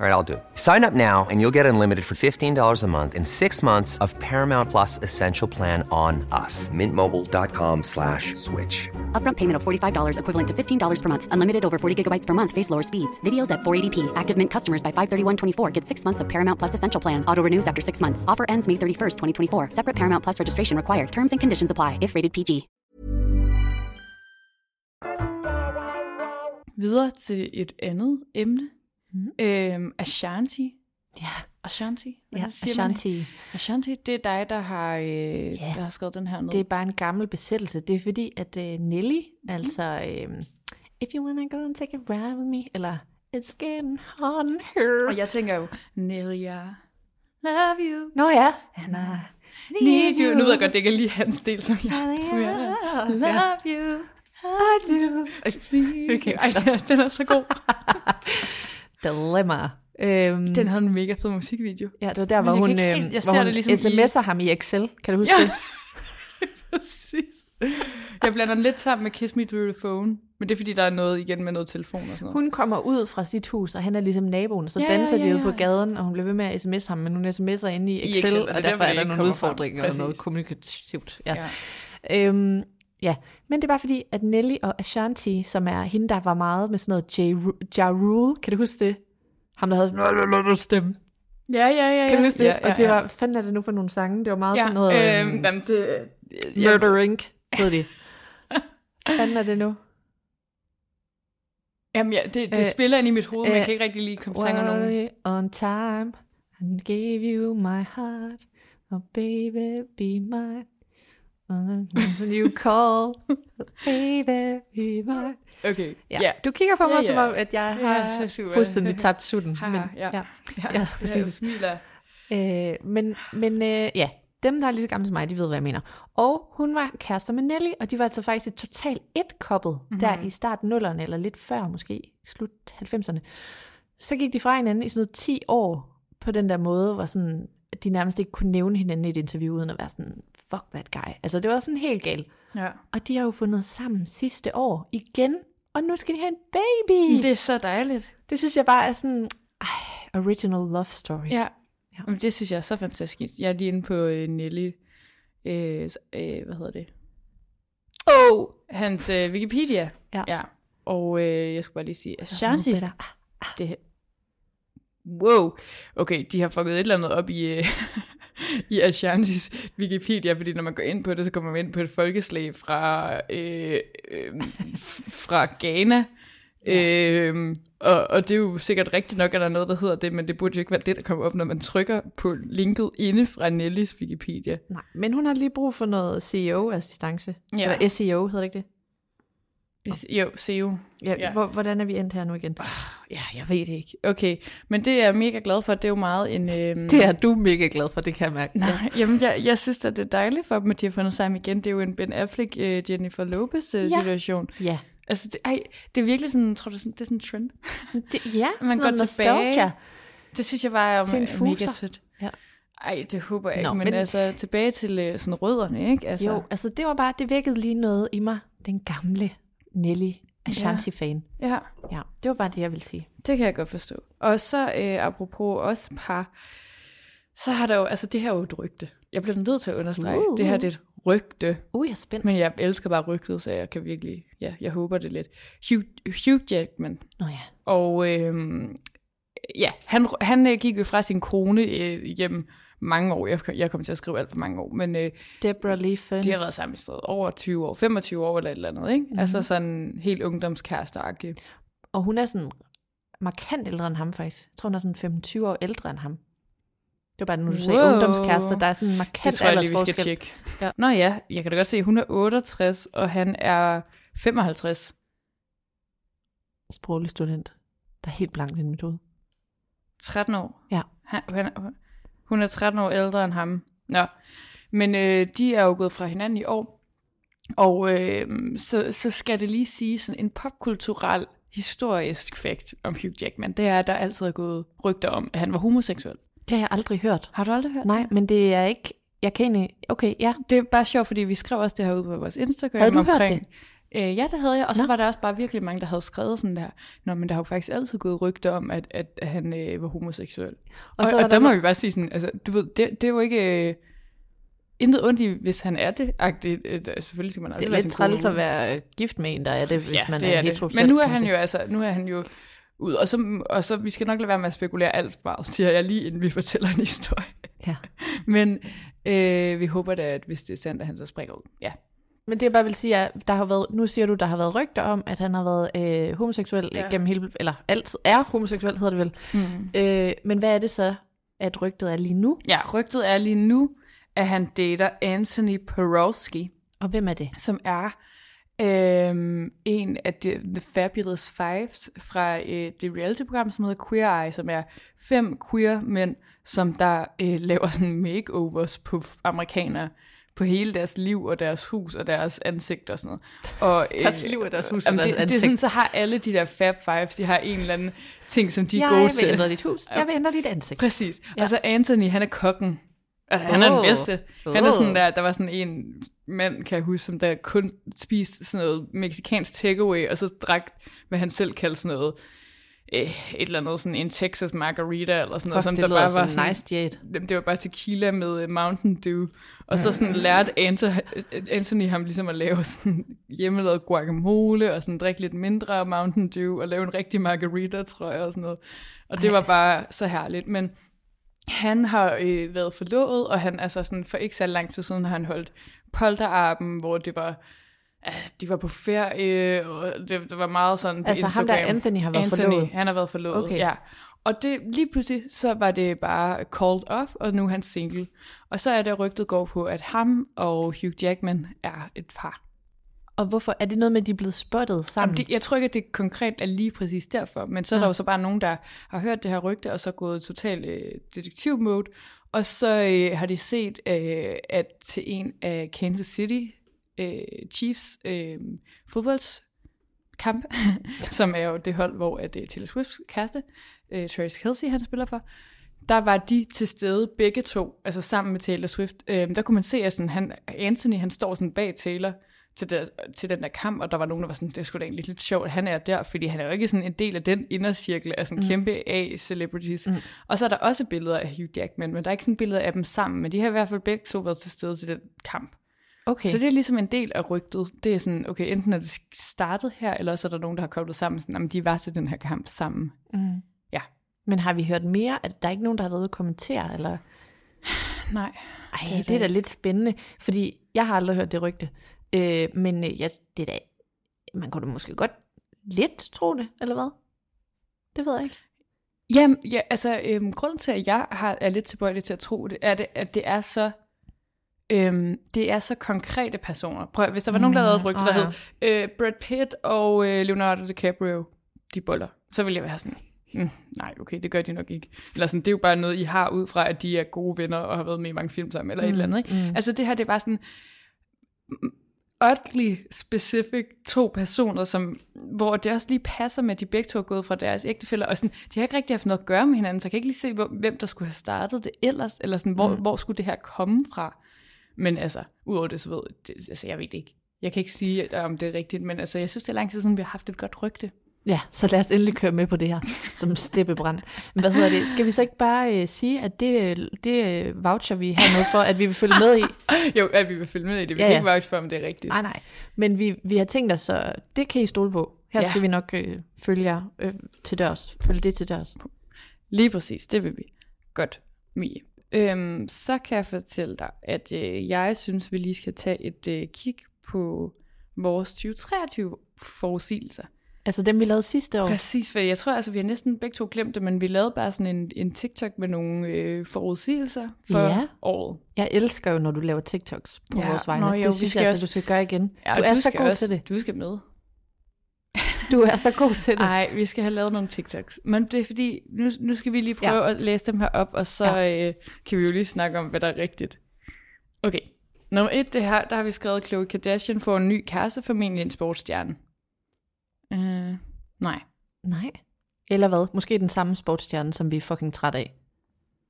Speaker 3: All right, I'll do it. Sign up now and you'll get unlimited for $15 a month in six months of Paramount Plus Essential Plan on us. Mintmobile.com slash switch.
Speaker 4: Upfront payment of $45 equivalent to $15 per month. Unlimited over 40 gigabytes per month. Face lower speeds. Videos at 480p. Active Mint customers by 531.24 get six months of Paramount Plus Essential Plan. Auto renews after six months. Offer ends May 31st, 2024. Separate Paramount Plus registration required. Terms and conditions apply if rated PG.
Speaker 2: Videre til et andet emne.
Speaker 1: Mhm.
Speaker 2: Mm. Øhm, Ashanti. Ja. Ashanti. Hvordan
Speaker 1: Ja,
Speaker 2: siger man det?
Speaker 1: Ashanti.
Speaker 2: Ashanti, det er dig, der har, øh, yeah. der har skrevet den her ned.
Speaker 1: Det er bare en gammel besættelse. Det er fordi, at uh, Nelly, mm. altså um, If you wanna go and take a ride with me, eller It's getting hot in here.
Speaker 2: Og jeg tænker jo, Nelia, love you,
Speaker 1: Nå ja, han er...
Speaker 2: need you. Nu ved jeg godt, det ikke er lige hans del, som jeg, som jeg love you, I do. Okay, Ej, den er så god.
Speaker 1: Dilemma. Øhm,
Speaker 2: Den havde en mega fed musikvideo.
Speaker 1: ja, det var der,
Speaker 2: Men
Speaker 1: hvor
Speaker 2: jeg
Speaker 1: hun,
Speaker 2: kan ikke
Speaker 1: øhm,
Speaker 2: helt- jeg
Speaker 1: hvor
Speaker 2: ser
Speaker 1: hun
Speaker 2: det ligesom i-
Speaker 1: sms'er ham i Excel. Kan du huske
Speaker 2: Ja.
Speaker 1: det?
Speaker 2: Præcis. Jeg blander den lidt sammen med Kiss Me Through the Phone, men det er fordi, der er noget igen med noget telefon og sådan noget.
Speaker 1: Hun kommer ud fra sit hus, og han er ligesom naboen, og så
Speaker 2: Ja,
Speaker 1: ja,
Speaker 2: ja,
Speaker 1: danser ja, ja,
Speaker 2: ja,
Speaker 1: de ude
Speaker 2: ja.
Speaker 1: på gaden, og hun bliver ved med at sms ham, men hun sms'er inde i Excel,
Speaker 2: Excel,
Speaker 1: og,
Speaker 2: og det er
Speaker 1: og
Speaker 2: derfor,
Speaker 1: derfor er
Speaker 2: det
Speaker 1: der
Speaker 2: ikke
Speaker 1: nogle
Speaker 2: kommer frem.
Speaker 1: udfordringer og noget
Speaker 2: Præcis.
Speaker 1: kommunikativt. Ja.
Speaker 2: Ja.
Speaker 1: Ja. Øhm, ja, men det er bare fordi, at Nelly og Ashanti, som er hende, der var meget med sådan noget J. Ru- Ja Rule, kan du huske det? Ham, der havde stemme.
Speaker 2: Ja, ja, ja.
Speaker 1: Kan du huske det?
Speaker 2: Ja, ja,
Speaker 1: og det
Speaker 2: ja.
Speaker 1: var, hvad fanden er det nu for nogle sange? Det var meget
Speaker 2: ja,
Speaker 1: sådan noget...
Speaker 2: øhm, jamen, det, ja,
Speaker 1: Murder Inc. hed de. Hvad fanden er det nu?
Speaker 2: jamen, ja, det, det
Speaker 1: Øh,
Speaker 2: spiller ind i mit hoved, men jeg
Speaker 1: øh,
Speaker 2: kan ikke rigtig lige komme i tanke om nogen.
Speaker 1: Were you on time and gave you my heart. Oh baby, be mine. When you call, baby, be mine.
Speaker 2: Okay,
Speaker 1: Ja. Yeah. Du kigger på mig,
Speaker 2: Ja,
Speaker 1: yeah,
Speaker 2: ja.
Speaker 1: som om, at jeg
Speaker 2: Ja,
Speaker 1: har
Speaker 2: så super.
Speaker 1: fuldstændig tabt sutten.
Speaker 2: Haha, ja.
Speaker 1: ja.
Speaker 2: Ja,
Speaker 1: ja,
Speaker 2: jeg
Speaker 1: præcis.
Speaker 2: smiler.
Speaker 1: Øh, men men øh, ja, dem, der er lige så gamle som mig, de ved, hvad jeg mener. Og hun var kærester med Nelly, og de var altså faktisk et totalt et koppel
Speaker 2: Mhm.
Speaker 1: mm-hmm. der i starten 0'erne, eller lidt før måske, slut 90'erne. Så gik de fra hinanden i sådan noget 10 år på den der måde, hvor sådan, at de nærmest ikke kunne nævne hinanden i et interview, uden at være sådan, fuck that guy. Altså, det var sådan helt galt.
Speaker 2: Ja.
Speaker 1: Og de har jo fundet sammen sidste år igen, og nu skal de have en baby.
Speaker 2: Mm, Det
Speaker 1: Det,
Speaker 2: er så dejligt.
Speaker 1: det synes jeg bare er sådan, ej, original love story.
Speaker 2: Ja. Jamen, det synes jeg er så fantastisk. Jeg er lige inde på øh, Nelly, øh, s- øh, hvad hedder det?
Speaker 1: Oh,
Speaker 2: Hans øh, Wikipedia.
Speaker 1: Ja.
Speaker 2: ja. Og øh, jeg skulle bare lige sige, Ashanti,
Speaker 1: Shanti.
Speaker 2: det Wow. Okay, de har fucket et eller andet op i, øh, i Ashantis Wikipedia, fordi når man går ind på det, så kommer man ind på et folkeslag fra, øh, øh, f- fra Ghana. Øhm, og, og det er jo sikkert rigtigt nok, at der er noget, der hedder det, men det burde jo ikke være det, der kommer op, når man trykker på linket inde fra Nellis Wikipedia.
Speaker 1: Nej, men hun har lige brug for noget CEO-assistance.
Speaker 2: Ja.
Speaker 1: Ja. Eller SEO, hedder det ikke det?
Speaker 2: Jo, se jo.
Speaker 1: Ja,
Speaker 2: Ja. Ah.
Speaker 1: ja. Hvor, hvordan er vi endt her nu igen?
Speaker 2: Ja, jeg ved det ikke. Okay, men det er jeg mega glad for. Det er jo meget en... Øhm,
Speaker 1: Det er du mega glad for, det kan jeg mærke.
Speaker 2: Nej, jamen jeg, jeg synes at det er dejligt for dem, at de har fundet sammen igen. Det er jo en Ben Affleck, uh, Jennifer Lopez uh, ja. situation.
Speaker 1: Ja,
Speaker 2: Altså, det, ej, det er virkelig sådan, tror du, sådan, det er sådan en trend.
Speaker 1: det, ja
Speaker 2: Man
Speaker 1: sådan
Speaker 2: går
Speaker 1: noget
Speaker 2: tilbage.
Speaker 1: nostalgia.
Speaker 2: Det synes jeg bare er,
Speaker 1: Til en
Speaker 2: er mega
Speaker 1: fuser.
Speaker 2: sødt.
Speaker 1: Ja.
Speaker 2: Ej, det håber jeg ikke,
Speaker 1: Nå,
Speaker 2: men, men
Speaker 1: men-
Speaker 2: altså tilbage til uh, sådan rødderne, ikke? Altså,
Speaker 1: Jo, altså det var bare, det vækkede lige noget i mig, den gamle Nelly Ashanti-fan.
Speaker 2: Ja,
Speaker 1: Ja, det var bare det, jeg ville sige.
Speaker 2: det kan jeg godt forstå. Og så uh, apropos også par, så har der jo, altså det her er jo et rygte. Jeg bliver nødt til at understrege, uh.
Speaker 1: Uh.
Speaker 2: det her det er et rygte.
Speaker 1: Uh, jeg er spændt.
Speaker 2: Men jeg elsker bare rygtet, så jeg kan virkelig, ja, jeg håber det lidt. Hugh, Hugh Jackman,
Speaker 1: Nå ja.
Speaker 2: Og øh, ja, han, han øh, gik jo fra sin kone øh, igennem mange år. Jeg, jeg kommer til at skrive alt for mange år, men øh,
Speaker 1: Deborah Lee Furness.
Speaker 2: de har været sammen i stedet over 20 år, 25 år eller et eller andet. Ikke? Mm-hmm. Altså sådan helt ungdomskæresteagtigt.
Speaker 1: Og hun er sådan markant ældre end ham faktisk. Jeg tror, hun er sådan 25 år ældre end ham. Det var bare, nu du sagde
Speaker 2: Wow.
Speaker 1: ungdomskærester, der er sådan en
Speaker 2: Det
Speaker 1: markant
Speaker 2: tror jeg lige, vi skal
Speaker 1: aldersforskel.
Speaker 2: tjekke. Ja. Nå ja, jeg kan da godt se, at hun er 68, og han er 55.
Speaker 1: Sproglig student, der er helt blank i mit hoved.
Speaker 2: 13 år.
Speaker 1: Ja.
Speaker 2: Han, han, hun er 13 år ældre end ham. Nå. Men øh, de er jo gået fra hinanden i år. Og øh, så, så skal det lige sige sådan en popkulturel historisk fakt om Hugh Jackman. Det er, at der altid er gået rygter om, at han var homoseksuel.
Speaker 1: Det har jeg aldrig hørt.
Speaker 2: Har du aldrig hørt
Speaker 1: Nej, men det er ikke... Jeg kan egentlig... Okay, ja.
Speaker 2: det er bare sjovt, fordi vi skrev også det her ud på vores Instagram.
Speaker 1: Havde du hørt
Speaker 2: omkring,
Speaker 1: det?
Speaker 2: Øh, ja, det havde jeg. Og så
Speaker 1: Nå.
Speaker 2: Nå. var der også bare virkelig mange, der havde skrevet sådan der, Nå, men der har jo faktisk altid gået rygter om, at, at han øh, var homoseksuel. Og,
Speaker 1: så
Speaker 2: og,
Speaker 1: er
Speaker 2: og
Speaker 1: der
Speaker 2: der må
Speaker 1: no-
Speaker 2: vi bare sige sådan, altså, du ved, det, det er jo ikke... Øh, intet ondt i, hvis han er det, agtigt. Øh, der- selvfølgelig skal man
Speaker 1: Det
Speaker 2: aldrig
Speaker 1: er
Speaker 2: være
Speaker 1: lidt
Speaker 2: sin kone.
Speaker 1: træls at være øh, gift med en, der er det, hvis man
Speaker 2: det
Speaker 1: er,
Speaker 2: er det.
Speaker 1: heteroseksuel.
Speaker 2: Men nu er han
Speaker 1: kan
Speaker 2: jo
Speaker 1: man
Speaker 2: altså, nu er han jo ud, og så, og så, vi skal nok lade være med at spekulere alt for meget, siger jeg lige, inden vi fortæller en historie.
Speaker 1: sige. Ja.
Speaker 2: Men øh, vi håber da, at hvis det er sandt, at han så springer ud. Ja.
Speaker 1: Men det jeg bare vil sige er, der har været, nu siger du, der har været rygter om, at han har været øh, homoseksuel ja. gennem hele, eller altid er homoseksuel, hedder det vel. Mm. Øh, men hvad er det så, at rygtet er lige nu?
Speaker 2: Ja, rygtet er lige nu, at han dater Anthony Porowski,
Speaker 1: Og hvem er det?
Speaker 2: som er øhm, en af de, The Fabulous Fives fra øh, det reality-program, som hedder Queer Eye, som er fem queer mænd, som der øh, laver sådan makeovers på f- amerikanere på hele deres liv og deres hus og deres ansigt og sådan noget. Og, øh,
Speaker 1: Deres liv og deres hus og
Speaker 2: jamen,
Speaker 1: deres
Speaker 2: det, det er
Speaker 1: ansigt.
Speaker 2: sådan, så har alle de der Fab Fives, de har en eller anden ting, som de er
Speaker 1: jeg
Speaker 2: gode
Speaker 1: vil
Speaker 2: til.
Speaker 1: ændre dit hus. Jeg vil ændre dit ansigt.
Speaker 2: Præcis. Ja. Og så Anthony, han er kokken. Og han er
Speaker 1: Åh.
Speaker 2: den bedste. Han er
Speaker 1: Åh.
Speaker 2: sådan der, der var sådan en mand, kan jeg huske, som der kun spiste sådan noget meksikansk takeaway, og så drak, hvad han selv kaldte sådan noget, øh, et eller andet, sådan en Texas margarita, eller sådan noget,
Speaker 1: Fuck,
Speaker 2: som
Speaker 1: det
Speaker 2: der
Speaker 1: lyder
Speaker 2: bare
Speaker 1: som
Speaker 2: var sådan,
Speaker 1: nice diæt.
Speaker 2: Jamen, det var bare tequila med øh, Mountain Dew. Og så sådan lærte Anto- Anthony ham ligesom at lave sådan hjemmelavet guacamole, og sådan drikke lidt mindre Mountain Dew, og lave en rigtig margarita, tror jeg, og sådan noget. Og det var bare så herligt. Men han har øh, været forlovet, og han altså sådan, for ikke så lang tid siden har han holdt polterarben, hvor det var øh, de var på ferie, og det, det var meget sådan på
Speaker 1: Altså, ham der
Speaker 2: Instagram.
Speaker 1: Anthony har været
Speaker 2: Anthony,
Speaker 1: forlovet?
Speaker 2: han har været forlovet,
Speaker 1: Okay.
Speaker 2: okay. ja. Og det, lige pludselig, så var det bare called off, og nu er han single. Og så er det, at rygtet går på, at ham og Hugh Jackman er et par.
Speaker 1: Og hvorfor? Er det noget med, at de er blevet spottet sammen?
Speaker 2: Jamen, det, jeg tror ikke, at det konkret er lige præcis derfor, men så er der jo så bare nogen, der har hørt det her rygte, og så gået totalt øh, detektiv-mode, og så øh, har de set, øh, at til en af Kansas City øh, Chiefs øh, fodboldskamp, som er jo det hold, hvor at, øh, Taylor Swift's kæreste, øh, Travis Kelsey, han spiller for, der var de til stede begge to, altså sammen med Taylor Swift. Øhm, der kunne man se, at sådan, han, Anthony han står sådan bag Taylor til, der, til den der kamp, og der var nogen, der var sådan, det skulle da egentlig lidt sjovt, at han er der, fordi han er jo ikke sådan en del af den indercirkel af sådan mm. kæmpe A-celebrities. Mm. Og så er der også billeder af Hugh Jackman, men der er ikke sådan billeder af dem sammen, men de har i hvert fald begge to været til stede til den kamp.
Speaker 1: okay.
Speaker 2: Så det er ligesom en del af rygtet. Det er sådan, okay, enten er det startet her, eller også er der nogen, der har koblet sammen, sådan, jamen, de var til den her kamp sammen. Mm. Ja.
Speaker 1: Men har vi hørt mere? At der er ikke nogen, der har været ude og kommentere? Eller?
Speaker 2: Nej.
Speaker 1: Ej, det er, det er da lidt spændende, fordi jeg har aldrig hørt det rygte. Øh, men øh, jeg, det er da, man kunne da måske godt lidt tro det, eller hvad? Det ved jeg ikke.
Speaker 2: Jamen, ja, altså, øhm, grunden til, at jeg har, er lidt tilbøjelig til at tro det, er, det, at det er så... Øhm, det er så konkrete personer. Prøv, at- hvis der var nogen, der havde et rygte,
Speaker 1: Åh,
Speaker 2: der hed øh, Brad Pitt og øh, Leonardo DiCaprio, de boller, så ville jeg være sådan, mm, nej, okay, det gør de nok ikke. Eller sådan, det er jo bare noget, I har ud fra, at de er gode venner og har været med i mange film sammen, eller mm, et eller andet. Ikke? Mm. Altså det her, det er bare sådan, oddly specific to personer, som, hvor det også lige passer med, at de begge to er gået fra deres ægtefælder, og sådan, de har ikke rigtig haft noget at gøre med hinanden, så jeg kan ikke lige se, hvor, hvem der skulle have startet det ellers, eller sådan, hvor, mm. hvor skulle det her komme fra? Men altså, udover det, så ved det, altså, jeg ved det ikke. Jeg kan ikke sige, at- om det er rigtigt, men altså, jeg synes, det er lang tid siden, vi har haft et godt rygte.
Speaker 1: Ja, så lad os endelig køre med på det her, som steppebrand. Hvad hedder det? Skal vi så ikke bare øh, sige, at det, øh, det øh, voucher vi hernede for, at vi vil følge med i?
Speaker 2: Jo, at vi vil følge med i det. Vi
Speaker 1: Ja,
Speaker 2: ja, kan
Speaker 1: ja.
Speaker 2: ikke vouch for, om det er rigtigt.
Speaker 1: Nej, nej. Men vi, vi har tænkt os, så det kan I stole på. Her
Speaker 2: Ja.
Speaker 1: skal vi nok øh, følge jer øh, til dørs. Følge det til dørs.
Speaker 2: Lige præcis, det vil vi. Godt, Mie. Øhm, så kan jeg fortælle dig, at øh, jeg synes, vi lige skal tage et øh, kig på vores 2023 forudsigelser.
Speaker 1: Altså dem, vi lavede sidste år.
Speaker 2: Præcis, for jeg tror, altså, vi har næsten begge to glemt det, men vi lavede bare sådan en, en TikTok med nogle øh, forudsigelser for
Speaker 1: Ja.
Speaker 2: ja. året.
Speaker 1: Jeg elsker jo, når du laver TikToks på ja,
Speaker 2: Ja,
Speaker 1: vores vegne.
Speaker 2: nå
Speaker 1: det
Speaker 2: jo, vi
Speaker 1: synes
Speaker 2: skal
Speaker 1: jeg altså, du
Speaker 2: også-
Speaker 1: skal gøre igen.
Speaker 2: Ja,
Speaker 1: du
Speaker 2: og
Speaker 1: er så
Speaker 2: skal
Speaker 1: god
Speaker 2: også,
Speaker 1: til det.
Speaker 2: Du skal med.
Speaker 1: Du er så god til det.
Speaker 2: Nej, vi skal have lavet nogle TikToks. Men det er fordi, nu, nu skal vi lige prøve ja. at læse dem her op, og så ja. øh, kan vi jo lige snakke om, hvad der er rigtigt. Okay. Nummer et, det her, der har vi skrevet, Khloe Kardashian får en ny kæreste, formentlig en sportsstjerne. Øh, nej.
Speaker 1: Nej. Eller hvad? Måske den samme sportsstjerne, som vi er fucking træt af.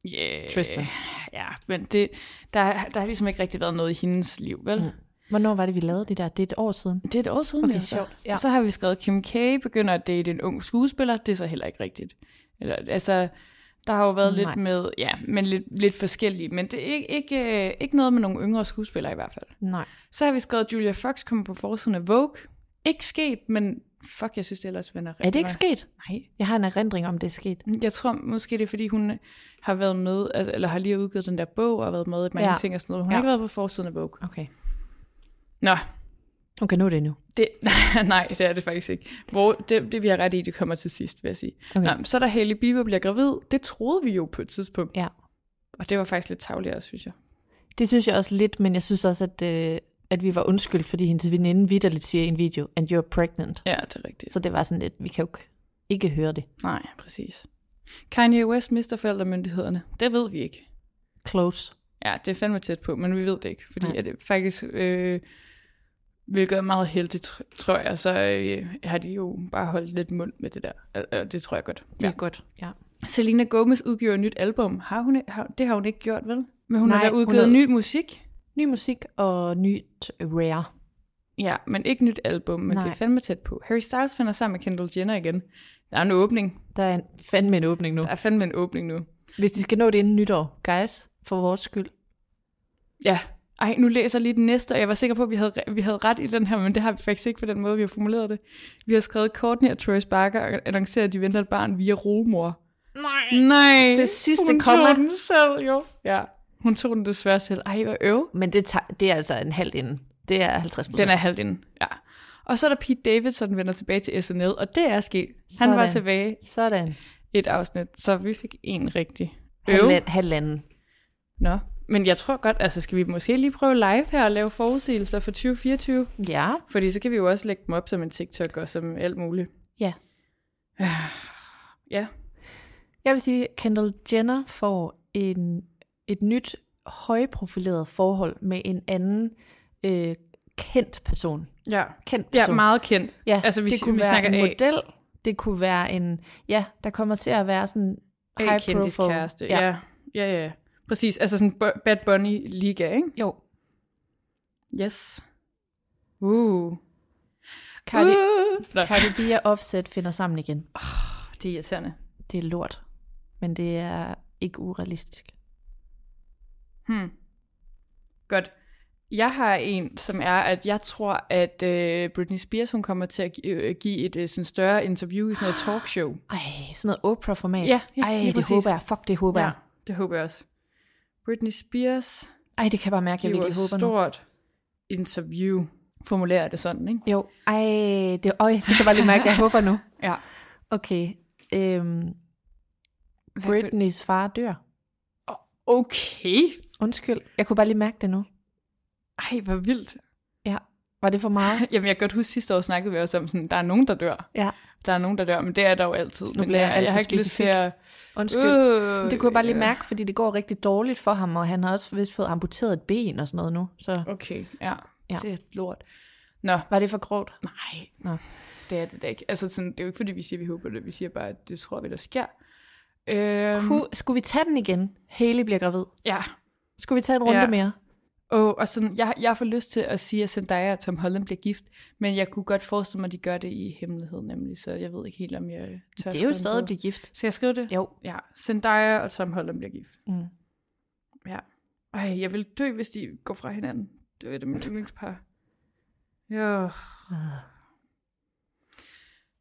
Speaker 2: Yeah.
Speaker 1: Tristan.
Speaker 2: Ja, men det, der, der har ligesom ikke rigtig været noget i hendes liv, vel? Mm.
Speaker 1: Hvornår var det, vi lavede det der? Det er et år siden.
Speaker 2: Det er et år siden,
Speaker 1: Okay,
Speaker 2: ja, så.
Speaker 1: sjovt. Ja.
Speaker 2: Og så har vi skrevet, Kim K. begynder at date en ung skuespiller. Det er så heller ikke rigtigt. Eller, altså, der har jo været
Speaker 1: Nej.
Speaker 2: lidt med, ja, men lidt, lidt forskellige. Men det er ikke, ikke, øh, ikke noget med nogle yngre skuespillere i hvert fald.
Speaker 1: Nej.
Speaker 2: Så har vi skrevet, Julia Fox kommer på forsiden af Vogue. Ikke sket, men fuck, jeg synes det ellers vender
Speaker 1: Er det ikke sket?
Speaker 2: Nej.
Speaker 1: Jeg har en erindring om, det er sket.
Speaker 2: Jeg tror måske, det er, fordi hun har været med, altså, eller har lige udgivet den der bog, og har været med i mange
Speaker 1: Ja.
Speaker 2: ja. ting og sådan noget. Hun ja.
Speaker 1: Ja.
Speaker 2: har ikke været på forsiden af Vogue.
Speaker 1: Okay.
Speaker 2: Nå,
Speaker 1: Hun kan nå det nu.
Speaker 2: det, nej, det er det faktisk ikke. Hvor, det, det, vi har ret i, det kommer til sidst, vil jeg sige.
Speaker 1: Okay.
Speaker 2: Nå, så er der Hailey Bieber bliver gravid. Det troede vi jo på et tidspunkt.
Speaker 1: Ja.
Speaker 2: Og det var faktisk lidt tavligt også, synes jeg.
Speaker 1: Det synes jeg også lidt, men jeg synes også, at, øh, at vi var undskyldt, fordi hendes veninde vidderligt siger i en video, and you're pregnant.
Speaker 2: Ja, det er rigtigt.
Speaker 1: Så det var sådan lidt, vi kan jo ikke- ikke høre det.
Speaker 2: Nej, præcis. Kanye West mister forældremyndighederne. Det ved vi ikke.
Speaker 1: Close.
Speaker 2: Ja, det er fandme tæt på, men vi ved det ikke, fordi
Speaker 1: Nej.
Speaker 2: at det faktisk, øh, hvilket er meget heldigt, tr- tror jeg, så øh, har de jo bare holdt lidt mund med det der, og, og det tror jeg godt.
Speaker 1: Det er godt. Ja.
Speaker 2: Selena Gomez udgiver et nyt album. Har hun, har, det har hun ikke gjort, vel? Men hun
Speaker 1: Nej,
Speaker 2: har da
Speaker 1: hun
Speaker 2: udgivet
Speaker 1: har-
Speaker 2: ny musik.
Speaker 1: Ny musik og nyt rare.
Speaker 2: Ja, men ikke nyt album, men Nej. det
Speaker 1: Nej.
Speaker 2: er fandme tæt på. Harry Styles finder sammen med Kendall Jenner igen. Der er en åbning.
Speaker 1: Der er en- fandme en åbning nu.
Speaker 2: Der er fandme en åbning nu.
Speaker 1: Hvis de skal nå det inden nytår, guys, for vores skyld.
Speaker 2: Ja. Ej, nu læser jeg lige den næste, og jeg var sikker på, at vi havde, vi havde ret i den her, men det har vi faktisk ikke på den måde, vi har formuleret det. Vi har skrevet, Courtney og Travis Barker annoncerer, at de venter et barn via rugemor. Nej. Nej.
Speaker 1: Det sidste
Speaker 2: hun
Speaker 1: komma.
Speaker 2: Hun den selv, jo. Ja. Hun tog den desværre selv. Ej, hvor øv.
Speaker 1: Men det, tager, det er altså en halv inden. Det er 50 procent.
Speaker 2: Den er halvdelen. Ja. Og så er der Pete Davidson, der vender tilbage til SNL, og det er sket. Han var
Speaker 1: Sådan.
Speaker 2: tilbage
Speaker 1: Sådan.
Speaker 2: et afsnit, så vi fik en rigtig.
Speaker 1: Halvand, halvanden.
Speaker 2: Nå. Men jeg tror godt, altså skal vi måske lige prøve live her og lave forudsigelser for 2024?
Speaker 1: Ja.
Speaker 2: Fordi så kan vi jo også lægge dem op som en TikTok og som alt muligt.
Speaker 1: Ja.
Speaker 2: Ja.
Speaker 1: Jeg vil sige, Kendall Jenner får en, et nyt højprofileret forhold med en anden øh, kendt person.
Speaker 2: Ja.
Speaker 1: Kendt person.
Speaker 2: Ja, meget kendt.
Speaker 1: Ja,
Speaker 2: altså, vi,
Speaker 1: det kunne
Speaker 2: vi
Speaker 1: være
Speaker 2: snakker
Speaker 1: en
Speaker 2: A-
Speaker 1: model, det kunne være en, ja, der kommer til at være sådan high
Speaker 2: A-kendis
Speaker 1: profile.
Speaker 2: kæreste. Ja. ja. Ja, ja, Præcis. Altså sådan bu- Bad Bunny-liga, ikke?
Speaker 1: Jo,
Speaker 2: Yes. Uh.
Speaker 1: Cardi,
Speaker 2: uh. Nå,
Speaker 1: Cardi B og Offset finder sammen igen.
Speaker 2: det er irriterende.
Speaker 1: Det er lort, men det er ikke urealistisk.
Speaker 2: Hmm. Godt. Jeg har en, som er, at jeg tror, at øh, Britney Spears, hun kommer til at gi- øh, give et øh, sådan større interview i sådan noget talkshow.
Speaker 1: Ej, sådan noget Oprah-format.
Speaker 2: Ja, ja,
Speaker 1: Ej,
Speaker 2: lige
Speaker 1: det
Speaker 2: præcis.
Speaker 1: håber jeg. Fuck, det håber ja. jeg.
Speaker 2: det håber jeg også. Britney Spears
Speaker 1: Ej, det kan jeg bare mærke, jeg
Speaker 2: giver
Speaker 1: virkelig håber
Speaker 2: et
Speaker 1: nu.
Speaker 2: stort interview. Formulerer det sådan, ikke?
Speaker 1: Jo, ej, det, øj, det kan jeg bare lige mærke, jeg håber nu.
Speaker 2: Ja.
Speaker 1: Okay, øhm, Britneys far dør.
Speaker 2: Okay.
Speaker 1: Undskyld, jeg kunne bare lige mærke det nu.
Speaker 2: Ej, hvor vildt.
Speaker 1: Ja, var det for meget?
Speaker 2: Jamen, jeg kan godt huske, sidste år snakkede vi også om sådan, der er nogen, der dør.
Speaker 1: Ja,
Speaker 2: Der er nogen, der dør, men det er der jo altid. Nu
Speaker 1: bliver jeg alt
Speaker 2: jeg
Speaker 1: for
Speaker 2: har ikke lyst til
Speaker 1: specifik.
Speaker 2: at...
Speaker 1: undskyld.
Speaker 2: Øh,
Speaker 1: Men det kunne jeg bare lige mærke, fordi det går rigtig dårligt for ham, og han har også vist fået amputeret et ben og sådan noget nu. Så
Speaker 2: Okay, ja.
Speaker 1: Ja.
Speaker 2: ja. Det er lort. Nå,
Speaker 1: var det for grovt?
Speaker 2: Nej,
Speaker 1: Nå.
Speaker 2: det er det da ikke. Altså, sådan, det er jo ikke, fordi vi siger, vi håber det. Vi siger bare, at det tror vi, der sker. Øhm,
Speaker 1: Ku, skulle vi tage den igen? Haley bliver gravid.
Speaker 2: Ja.
Speaker 1: Skulle vi tage en runde
Speaker 2: Ja.
Speaker 1: mere?
Speaker 2: Og, og sådan, jeg, jeg får lyst til at sige, at Zendaya og Tom Holland bliver gift, men jeg kunne godt forestille mig, at de gør det i hemmelighed nemlig, så jeg ved ikke helt, om jeg tør
Speaker 1: Det er
Speaker 2: skrive
Speaker 1: jo
Speaker 2: den
Speaker 1: stadig
Speaker 2: på.
Speaker 1: at blive gift.
Speaker 2: Skal jeg skrive det?
Speaker 1: Jo.
Speaker 2: Ja, Zendaya og Tom Holland bliver gift.
Speaker 1: Mm.
Speaker 2: Ja. Ej, jeg vil dø, hvis de går fra hinanden. Det er det mit yndlingspar. Jo.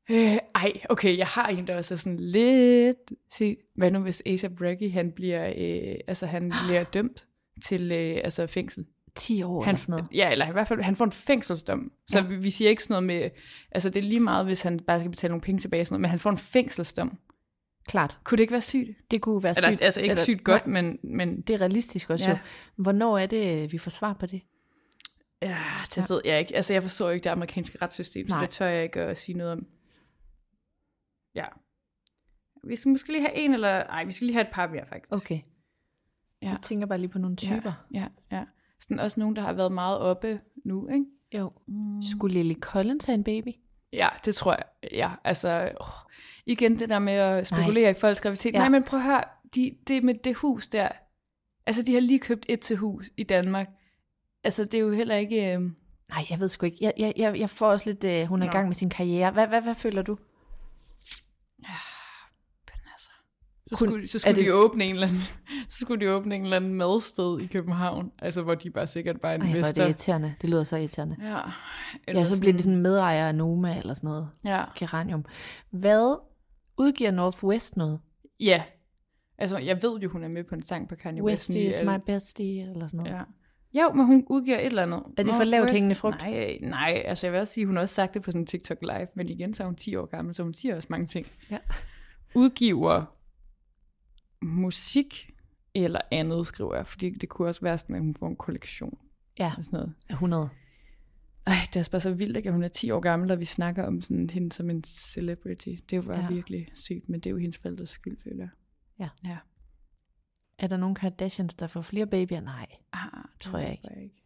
Speaker 2: Øh, ej, okay, jeg har en, der også er sådan lidt... Se, hvad nu hvis A$AP Rocky, han bliver, øh, altså, han bliver dømt til øh, altså, fængsel?
Speaker 1: 10 år
Speaker 2: Han,
Speaker 1: eller sådan noget.
Speaker 2: ja, eller i hvert fald, han får en fængselsdom. Så ja. vi, vi siger ikke sådan noget med... Altså, det er lige meget, hvis han bare skal betale nogle penge tilbage, og sådan noget, men han får en fængselsdom.
Speaker 1: Klart.
Speaker 2: Kunne det ikke være sygt?
Speaker 1: Det kunne være
Speaker 2: Eller,
Speaker 1: sygt.
Speaker 2: altså ikke
Speaker 1: eller,
Speaker 2: sygt godt, men, men
Speaker 1: Det er realistisk også ja.
Speaker 2: Ja.
Speaker 1: jo. Hvornår er det, øh, vi får svar på det?
Speaker 2: Ja, det ved jeg ikke. Altså, jeg forstår jo ikke det amerikanske retssystem,
Speaker 1: Nej.
Speaker 2: så det tør jeg ikke at sige noget om. Ja. Vi skal måske lige have en eller... Nej, vi skal lige have et par mere, faktisk.
Speaker 1: Okay. Ja.
Speaker 2: Ja.
Speaker 1: Jeg tænker bare lige på nogle typer.
Speaker 2: Ja, ja. ja. Sådan også nogen, der har været meget oppe nu, ikke?
Speaker 1: Ja. Jo. Mm. Skulle Lily Collins have en baby?
Speaker 2: Ja, det tror jeg. Ja, altså... Oh. Igen det der med at spekulere Nej. i folks graviditet.
Speaker 1: Ja.
Speaker 2: Ja. Nej, men prøv at høre. De, det med det hus der... Altså, de har lige købt et til hus i Danmark. Altså, det er jo heller ikke... øhm,
Speaker 1: Nej, jeg ved sgu ikke. Jeg, jeg, jeg, jeg får også lidt, øh, hun er i gang med sin karriere. Hvad, hvad, hvad føler du?
Speaker 2: Så
Speaker 1: Kun-
Speaker 2: skulle, så
Speaker 1: er
Speaker 2: skulle
Speaker 1: det-
Speaker 2: de åbne en eller anden, så skulle de åbne en eller anden madsted i København, altså hvor de bare sikkert bare
Speaker 1: Ej, hvor er
Speaker 2: investerer.
Speaker 1: det irriterende. Det lyder så irriterende.
Speaker 2: ja,
Speaker 1: Ja, så bliver det sådan medejer af Noma eller sådan noget.
Speaker 2: Ja.
Speaker 1: Geranium. Hvad udgiver Northwest noget?
Speaker 2: Ja. Altså, jeg ved jo, hun er med på en sang på Kanye West.
Speaker 1: Westie is my bestie eller sådan noget.
Speaker 2: Ja. Jo, men hun udgiver et eller andet.
Speaker 1: Er det for
Speaker 2: North
Speaker 1: lavt
Speaker 2: West?
Speaker 1: hængende frugt?
Speaker 2: Nej, nej. Altså, jeg vil også sige, hun har også sagt det på sådan en TikTok live, men igen, så er hun 10 år gammel, så hun siger også mange ting.
Speaker 1: Ja.
Speaker 2: Udgiver musik eller andet, skriver jeg, fordi det kunne også være sådan, at hun får en kollektion
Speaker 1: Ja,
Speaker 2: og sådan noget.
Speaker 1: 100.
Speaker 2: Ej, det er også bare så vildt, ikke, at hun er 10 år gammel, og vi snakker om sådan hende som en celebrity. Det er jo bare
Speaker 1: Ja.
Speaker 2: ja. virkelig sygt, men det er jo hendes forældres skyld, føler jeg.
Speaker 1: Ja.
Speaker 2: ja.
Speaker 1: Er der nogen Kardashians, der får flere babyer? Nej.
Speaker 2: Ah, det
Speaker 1: Tror jeg
Speaker 2: håber ikke.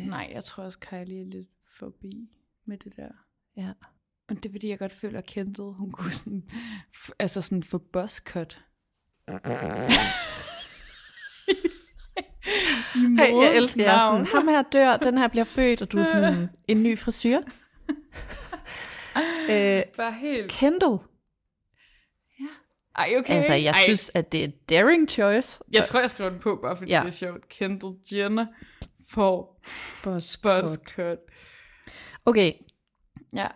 Speaker 1: Øh,
Speaker 2: Nej, jeg tror også, Kylie er lidt forbi med det der.
Speaker 1: Ja.
Speaker 2: Og det er fordi, jeg godt føler, at Kendall, hun kunne sådan, f- altså sådan få buzzcut.
Speaker 1: Hey, jeg
Speaker 2: modens
Speaker 1: elsker jer
Speaker 2: navn.
Speaker 1: sådan, ham her dør, den her bliver født, og du er sådan en ny frisyr. øh,
Speaker 2: Bare helt...
Speaker 1: Kendall.
Speaker 2: Ej, okay.
Speaker 1: Altså, jeg
Speaker 2: Ej,
Speaker 1: synes, at det er et daring choice.
Speaker 2: Jeg tror, jeg skrev den på, bare fordi
Speaker 1: Ja.
Speaker 2: ja. det er sjovt. Kendall Jenner får buzzcut.
Speaker 1: Okay,
Speaker 2: Ja.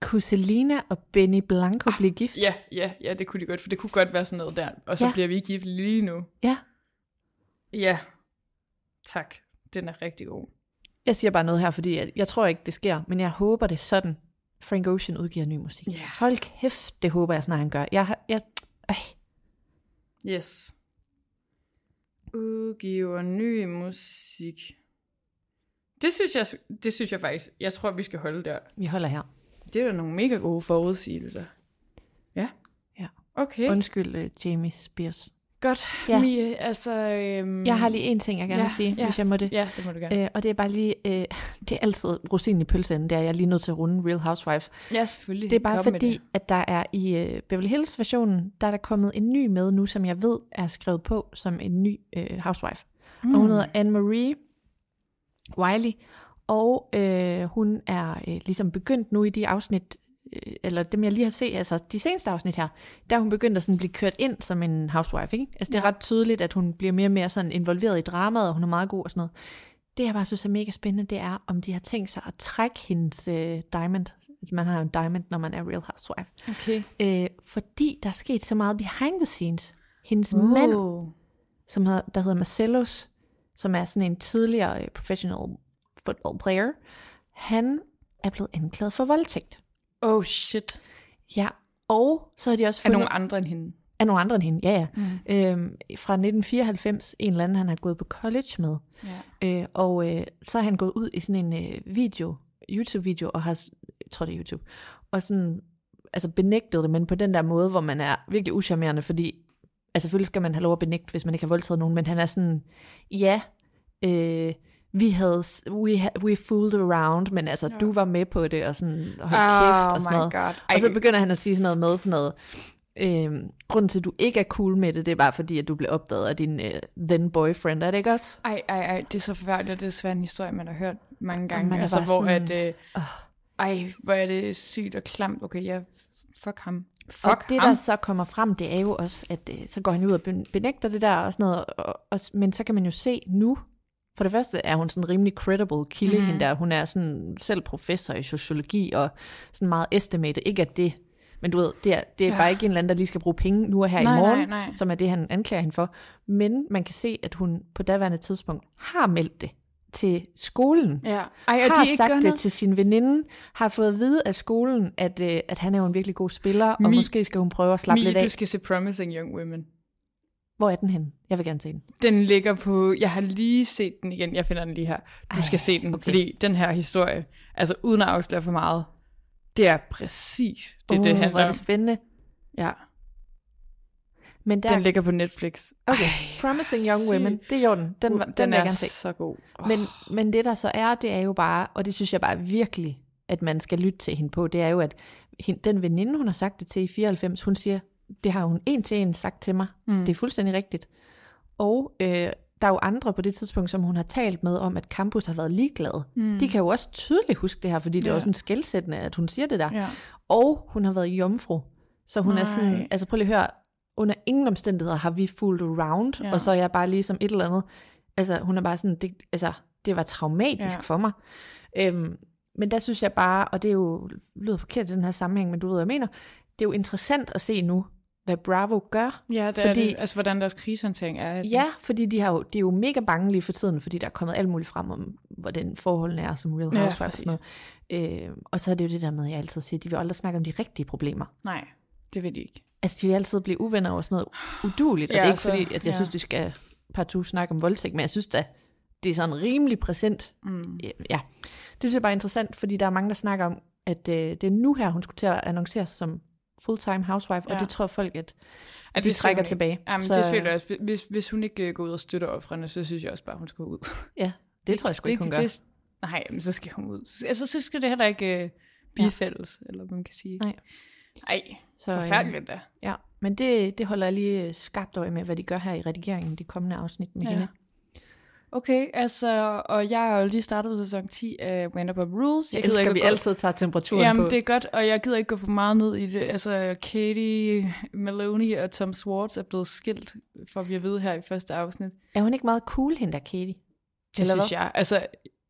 Speaker 1: kunne Selena og Benny Blanco blive gift?
Speaker 2: ja, ja, ja, det kunne de godt, for det kunne godt være sådan noget der. Og så
Speaker 1: Ja.
Speaker 2: ja. bliver vi gift lige nu.
Speaker 1: ja.
Speaker 2: Ja. Tak. Den er rigtig god.
Speaker 1: Jeg siger bare noget her, fordi jeg, jeg tror ikke, det sker, men jeg håber det er sådan. Frank Ocean udgiver ny musik.
Speaker 2: Ja.
Speaker 1: Hold kæft, det håber jeg snart, han gør. Jeg, har- jeg, øh,
Speaker 2: Yes. Udgiver ny musik. Det synes, jeg, det synes jeg faktisk, jeg tror, vi skal holde der.
Speaker 1: vi holder her.
Speaker 2: Det er da nogle mega gode forudsigelser. Ja.
Speaker 1: Ja.
Speaker 2: Okay. Und-
Speaker 1: Undskyld, uh, Jamie Spears.
Speaker 2: Godt,
Speaker 1: Ja.
Speaker 2: ja. Mie. Altså, øhm,
Speaker 1: Jeg har lige en ting, jeg gerne vil sige, hvis jeg må det.
Speaker 2: Ja, det må du gerne. Øh,
Speaker 1: Øh, og det er bare lige, øh, det er altid rosinen i pølseenden, det er jeg er lige nødt til at runde Real Housewives.
Speaker 2: ja, selvfølgelig.
Speaker 1: Øh, Det er bare
Speaker 2: Kom med
Speaker 1: fordi,
Speaker 2: det.
Speaker 1: at der er i øh, Beverly Hills versionen, der er der kommet en ny med nu, som jeg ved er skrevet på som en ny øh, housewife. Mm. Og hun hedder Anne-Marie Wiley, og øh, hun er øh, ligesom begyndt nu i de afsnit, øh, eller dem jeg lige har set, altså de seneste afsnit her, der er hun begyndt at sådan blive kørt ind som en housewife. Ikke? Altså det er ret tydeligt, at hun bliver mere og mere sådan involveret i dramaet, og hun er meget god og sådan noget. Det jeg bare synes er mega spændende, det er, om de har tænkt sig at trække hendes øh, diamond. Altså man har jo en diamond, når man er real housewife.
Speaker 2: Okay.
Speaker 1: Øh, fordi der er sket så meget behind the scenes. Hendes wow. mand som hedder, der hedder Marcellus, som er sådan en tidligere øh, professional football player, han er blevet anklaget for voldtægt.
Speaker 2: Oh shit.
Speaker 1: Ja, og så har de også
Speaker 2: Er
Speaker 1: fundet...
Speaker 2: nogen andre end hende?
Speaker 1: af nogle andre end hende, ja ja. Mm. Øhm, fra 1994, en eller anden, han har gået på college med. Ja. Øh, og øh, så er han gået ud i sådan en øh, video, YouTube-video, og har, s- jeg tror det er YouTube, og sådan, altså benægtet det, men på den der måde, hvor man er virkelig uschammerende, fordi, altså selvfølgelig skal man have lov at benægte, hvis man ikke har voldtaget nogen, men han er sådan, ja, øh, vi havde, s- we, ha- we fooled around, men altså, ja. du var med på det, og sådan, hold kæft,
Speaker 2: Oh
Speaker 1: og sådan
Speaker 2: my
Speaker 1: noget.
Speaker 2: God.
Speaker 1: Og så
Speaker 2: Ej.
Speaker 1: begynder han at sige sådan noget med sådan noget, øh, grunden til, at du ikke er cool med det, det er bare fordi, at du blev opdaget af din øh, then boyfriend, er det ikke også?
Speaker 2: Ej, ej, ej, det er så forfærdeligt, og det er desværre en historie, man har hørt mange gange.
Speaker 1: man er
Speaker 2: altså,
Speaker 1: bare
Speaker 2: hvor
Speaker 1: sådan,
Speaker 2: at, øh, ej, hvor er det sygt og klamt. Okay, ja, fuck ham. Fuck
Speaker 1: og det,
Speaker 2: ham.
Speaker 1: der så kommer frem, det er jo også, at øh, så går han ud og ben- benægter det der og sådan noget, og, og, men så kan man jo se nu, for det første er hun sådan en rimelig credible kilde,
Speaker 2: Mhm.
Speaker 1: mm. hende der. Hun er sådan selv professor i sociologi og sådan meget estimated. Ikke at det, men du ved, det er, det er ja. bare ikke en eller anden, der lige skal bruge penge nu og her i
Speaker 2: Nej,
Speaker 1: morgen,
Speaker 2: nej, nej.
Speaker 1: som er det, han anklager hende for. Men man kan se, at hun på daværende tidspunkt har meldt det til skolen.
Speaker 2: Ja. Ej, og
Speaker 1: har
Speaker 2: de ikke
Speaker 1: sagt
Speaker 2: gør
Speaker 1: det
Speaker 2: noget?
Speaker 1: til sin veninde, har fået at vide af skolen, at, øh, at han er jo en virkelig god spiller, og
Speaker 2: Mi-
Speaker 1: måske skal hun prøve at slappe lidt
Speaker 2: Mie,
Speaker 1: af.
Speaker 2: du skal se Promising Young Women.
Speaker 1: Hvor er den henne? Jeg vil gerne se den.
Speaker 2: Den ligger på, jeg har lige set den igen, jeg finder den lige her. Du
Speaker 1: Ej,
Speaker 2: skal se den,
Speaker 1: okay.
Speaker 2: okay. fordi den her historie, altså uden at afsløre for meget, det er præcis det,
Speaker 1: Uh,
Speaker 2: det
Speaker 1: hvor
Speaker 2: handler
Speaker 1: er
Speaker 2: om.
Speaker 1: det spændende.
Speaker 2: Ja,
Speaker 1: Men der,
Speaker 2: den ligger på Netflix.
Speaker 1: Okay, Promising Young
Speaker 2: sygt.
Speaker 1: Women, det er Jordan. Den, den, den vil jeg
Speaker 2: Uh, er
Speaker 1: gerne se.
Speaker 2: så god. Oh,
Speaker 1: Men, men det der så er, det er jo bare, og det synes jeg bare virkelig, at man skal lytte til hende på, det er jo, at hende, den veninde, hun har sagt det til i 94, hun siger, det har hun en til en sagt til mig. Mm. Det er fuldstændig rigtigt. Og øh, der er jo andre på det tidspunkt, som hun har talt med om, at Campus har været ligeglad. Mm. De kan jo også tydeligt huske det her, fordi det er
Speaker 2: Ja.
Speaker 1: også en skældsættende, at hun siger det der.
Speaker 2: Ja.
Speaker 1: Og hun har været jomfru. Så hun Nej. er sådan,
Speaker 2: Nej.
Speaker 1: altså prøv lige at høre, under ingen omstændigheder har vi fooled around, ja.
Speaker 2: Ja.
Speaker 1: og så er jeg bare ligesom et eller andet. Altså hun er bare sådan, det, altså, det var traumatisk ja.
Speaker 2: Ja.
Speaker 1: for mig. Øhm, men der synes jeg bare, og det er jo lyder forkert i den her sammenhæng, men du ved, hvad jeg mener, det er jo interessant at se nu, hvad Bravo gør.
Speaker 2: Ja, det fordi, er det, altså hvordan deres krisehåndtering er. at-
Speaker 1: Ja, fordi de, har jo, de er jo mega bange lige for tiden, fordi der er kommet alt muligt frem om, hvordan forholdene er som Real
Speaker 2: Ja,
Speaker 1: Housewives og sådan noget. Øh, og så er det jo det der med, at jeg altid siger, at de vil aldrig snakke om de rigtige problemer.
Speaker 2: Nej, det vil de ikke.
Speaker 1: Altså, de vil altid blive uvenner over sådan noget uduligt. Og
Speaker 2: Ja,
Speaker 1: det er ikke
Speaker 2: så-
Speaker 1: fordi, at jeg
Speaker 2: ja.
Speaker 1: synes, de skal partout snakke om voldtægt, men jeg synes da, det er sådan rimelig præsent. Mm. Ja, det synes jeg bare er interessant, fordi der er mange, der snakker om, at øh, det er nu her, hun skulle til at annoncere som full-time housewife, ja. og
Speaker 2: Ja.
Speaker 1: det tror folk, at
Speaker 2: At
Speaker 1: De
Speaker 2: det skal
Speaker 1: trækker
Speaker 2: hun ikke.
Speaker 1: tilbage.
Speaker 2: Jamen,
Speaker 1: Så-
Speaker 2: så... det selvfølgelig også. Hvis, hvis hun ikke øh, går ud og støtter offrene, så synes jeg også bare, hun skal ud.
Speaker 1: ja, det tror jeg sgu ikke, hun gør.
Speaker 2: Det, nej, men så skal hun ud. Altså, så skal det heller ikke øh, bifældes, ja. eller hvad man kan sige.
Speaker 1: Nej.
Speaker 2: Nej,
Speaker 1: Så, øh,
Speaker 2: forfærdeligt da.
Speaker 1: Ja, men det, det holder jeg lige øh, skarpt øje med, hvad de gør her i redigeringen, de kommende afsnit med ja.
Speaker 2: Ja.
Speaker 1: hende.
Speaker 2: Okay, altså, og jeg har jo lige startet sæson 10 af Vanderpump Rules.
Speaker 1: Jeg elsker, at vi altid tager temperaturen
Speaker 2: Jamen,
Speaker 1: på.
Speaker 2: det er godt, og jeg gider ikke gå for meget ned i det. Altså, Katie Maloney og Tom Swartz er blevet skilt, for vi at vide her i første afsnit.
Speaker 1: Er hun ikke meget cool, hende der Katie?
Speaker 2: Det
Speaker 1: Eller
Speaker 2: Eller synes
Speaker 1: hvad?
Speaker 2: jeg. Altså,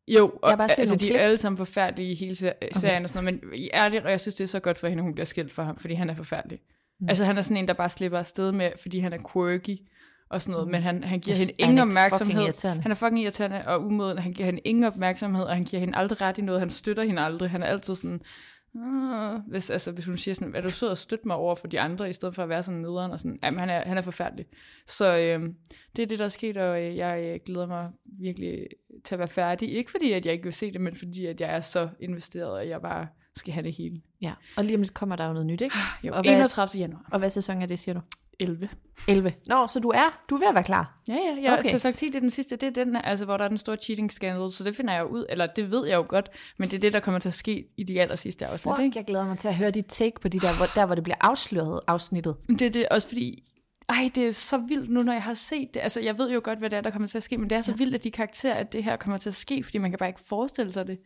Speaker 2: jo,
Speaker 1: Jeg har
Speaker 2: og,
Speaker 1: bare set
Speaker 2: altså,
Speaker 1: nogle
Speaker 2: de
Speaker 1: klip.
Speaker 2: er alle sammen forfærdelige i hele se- serien okay. og sådan noget, men i ærligt, og jeg synes, det er så godt for hende, hun bliver skilt for ham, fordi han er forfærdelig. Mm. Altså, han er sådan en, der bare slipper afsted med, fordi han er quirky og sådan noget, men han, han giver
Speaker 1: Mm. Jeg
Speaker 2: hende
Speaker 1: synes, han
Speaker 2: ingen
Speaker 1: er fucking
Speaker 2: opmærksomhed.
Speaker 1: irriterende.
Speaker 2: Han er fucking irriterende og umoden, han giver hende ingen opmærksomhed, og han giver hende aldrig ret i noget, han støtter hende aldrig, han er altid sådan, "Ah," hvis, altså, hvis hun siger sådan, er du sød og støtte mig over for de andre, i stedet for at være sådan nederen, og sådan, jamen han er, han er forfærdelig. Så øh, det er det, der er sket, og øh, jeg øh, glæder mig virkelig til at være færdig. Ikke fordi, at jeg ikke vil se det, men fordi, at jeg er så investeret, og jeg bare skal have det hele.
Speaker 1: Ja, og lige om lidt kommer der jo noget nyt, ikke?
Speaker 2: Ah, Jo,
Speaker 1: og, hvad,
Speaker 2: 31. januar.
Speaker 1: og hvad sæson er det, siger du?
Speaker 2: 11.
Speaker 1: 11. Nå, så du er, du er ved at være klar.
Speaker 2: Ja, ja, ja.
Speaker 1: Okay.
Speaker 2: Okay. Sæson 10, det er den sidste, det er den, altså, hvor der er den store cheating scandal, så det finder jeg jo ud, eller det ved jeg jo godt, men det er det, der kommer til at ske i de aller sidste afsnit.
Speaker 1: Fuck,
Speaker 2: ikke?
Speaker 1: jeg glæder mig til at høre dit take på de der, hvor, der hvor det bliver afsløret afsnittet.
Speaker 2: Men Det er det også fordi, ej, det er så vildt nu, når jeg har set det. Altså, jeg ved jo godt, hvad det er, der kommer til at ske, men det er så ja. vildt, at de karakterer, at det her kommer til at ske, fordi man kan bare ikke forestille sig det.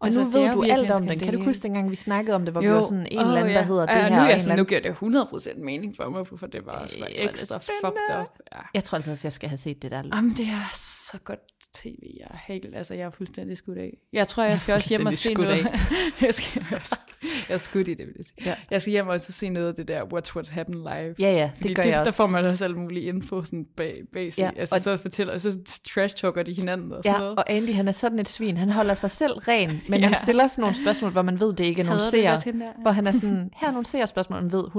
Speaker 1: Og
Speaker 2: Altså,
Speaker 1: altså, nu
Speaker 2: det
Speaker 1: ved
Speaker 2: er
Speaker 1: du
Speaker 2: virkelig
Speaker 1: alt om den.
Speaker 2: en
Speaker 1: Kan du
Speaker 2: skandale.
Speaker 1: huske dengang, vi snakkede om det, hvor vi var sådan en
Speaker 2: Åh,
Speaker 1: eller anden, der
Speaker 2: ja.
Speaker 1: hedder det
Speaker 2: Ja,
Speaker 1: her.
Speaker 2: Nu,
Speaker 1: og en
Speaker 2: er jeg
Speaker 1: eller
Speaker 2: sådan, nu
Speaker 1: anden-
Speaker 2: giver det 100% mening for mig, hvorfor det var også var
Speaker 1: Ej, hvor er det
Speaker 2: ekstra
Speaker 1: spændende.
Speaker 2: fucked up. Ja.
Speaker 1: Jeg tror altså også, jeg skal have set det der.
Speaker 2: Jamen, det er så godt tv, jeg er helt, altså jeg er fuldstændig skudt af. Jeg tror, jeg skal også hjem og se
Speaker 1: fuldstændig
Speaker 2: noget.
Speaker 1: skudt
Speaker 2: jeg, skal, jeg er skudt i det, vil jeg sige.
Speaker 1: Ja.
Speaker 2: Ja. Jeg skal hjem og også se noget af det der Watch What Happened Live.
Speaker 1: Ja, ja, det
Speaker 2: Fordi
Speaker 1: gør
Speaker 2: det,
Speaker 1: jeg også.
Speaker 2: Der får man også alle mulige info sådan bag, bag sig.
Speaker 1: Ja,
Speaker 2: Ja, altså,
Speaker 1: og-
Speaker 2: og så fortæller, og så trash-talker de hinanden og sådan
Speaker 1: Ja,
Speaker 2: noget.
Speaker 1: og Andy, han er sådan et svin. Han holder sig selv ren, men ja.
Speaker 2: Ja.
Speaker 1: han stiller sådan nogle spørgsmål, hvor man ved, det ikke er nogle
Speaker 2: Hader det
Speaker 1: seere.
Speaker 2: lidt, hende der, ja.
Speaker 1: Hvor han er sådan, her er nogle seerspørgsmål, man ved 100%,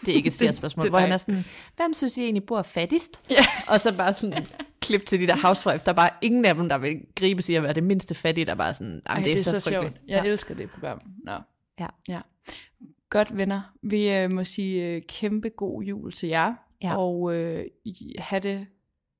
Speaker 1: det er ikke et seerspørgsmål.
Speaker 2: det er
Speaker 1: Hvor han
Speaker 2: dig.
Speaker 1: er sådan, hvem synes I egentlig bor fattigst? Ja. Og så bare sådan klip til de der housewives, der er bare ingen af dem, der vil gribe sig at være det mindste fattige, der bare sådan, Ej, det, er så, frygteligt.
Speaker 2: Jeg
Speaker 1: Ja.
Speaker 2: elsker det program. Nå.
Speaker 1: Ja.
Speaker 2: ja. Godt venner. Vi øh, må sige øh, kæmpe god jul til jer.
Speaker 1: Ja.
Speaker 2: Og øh, I- have det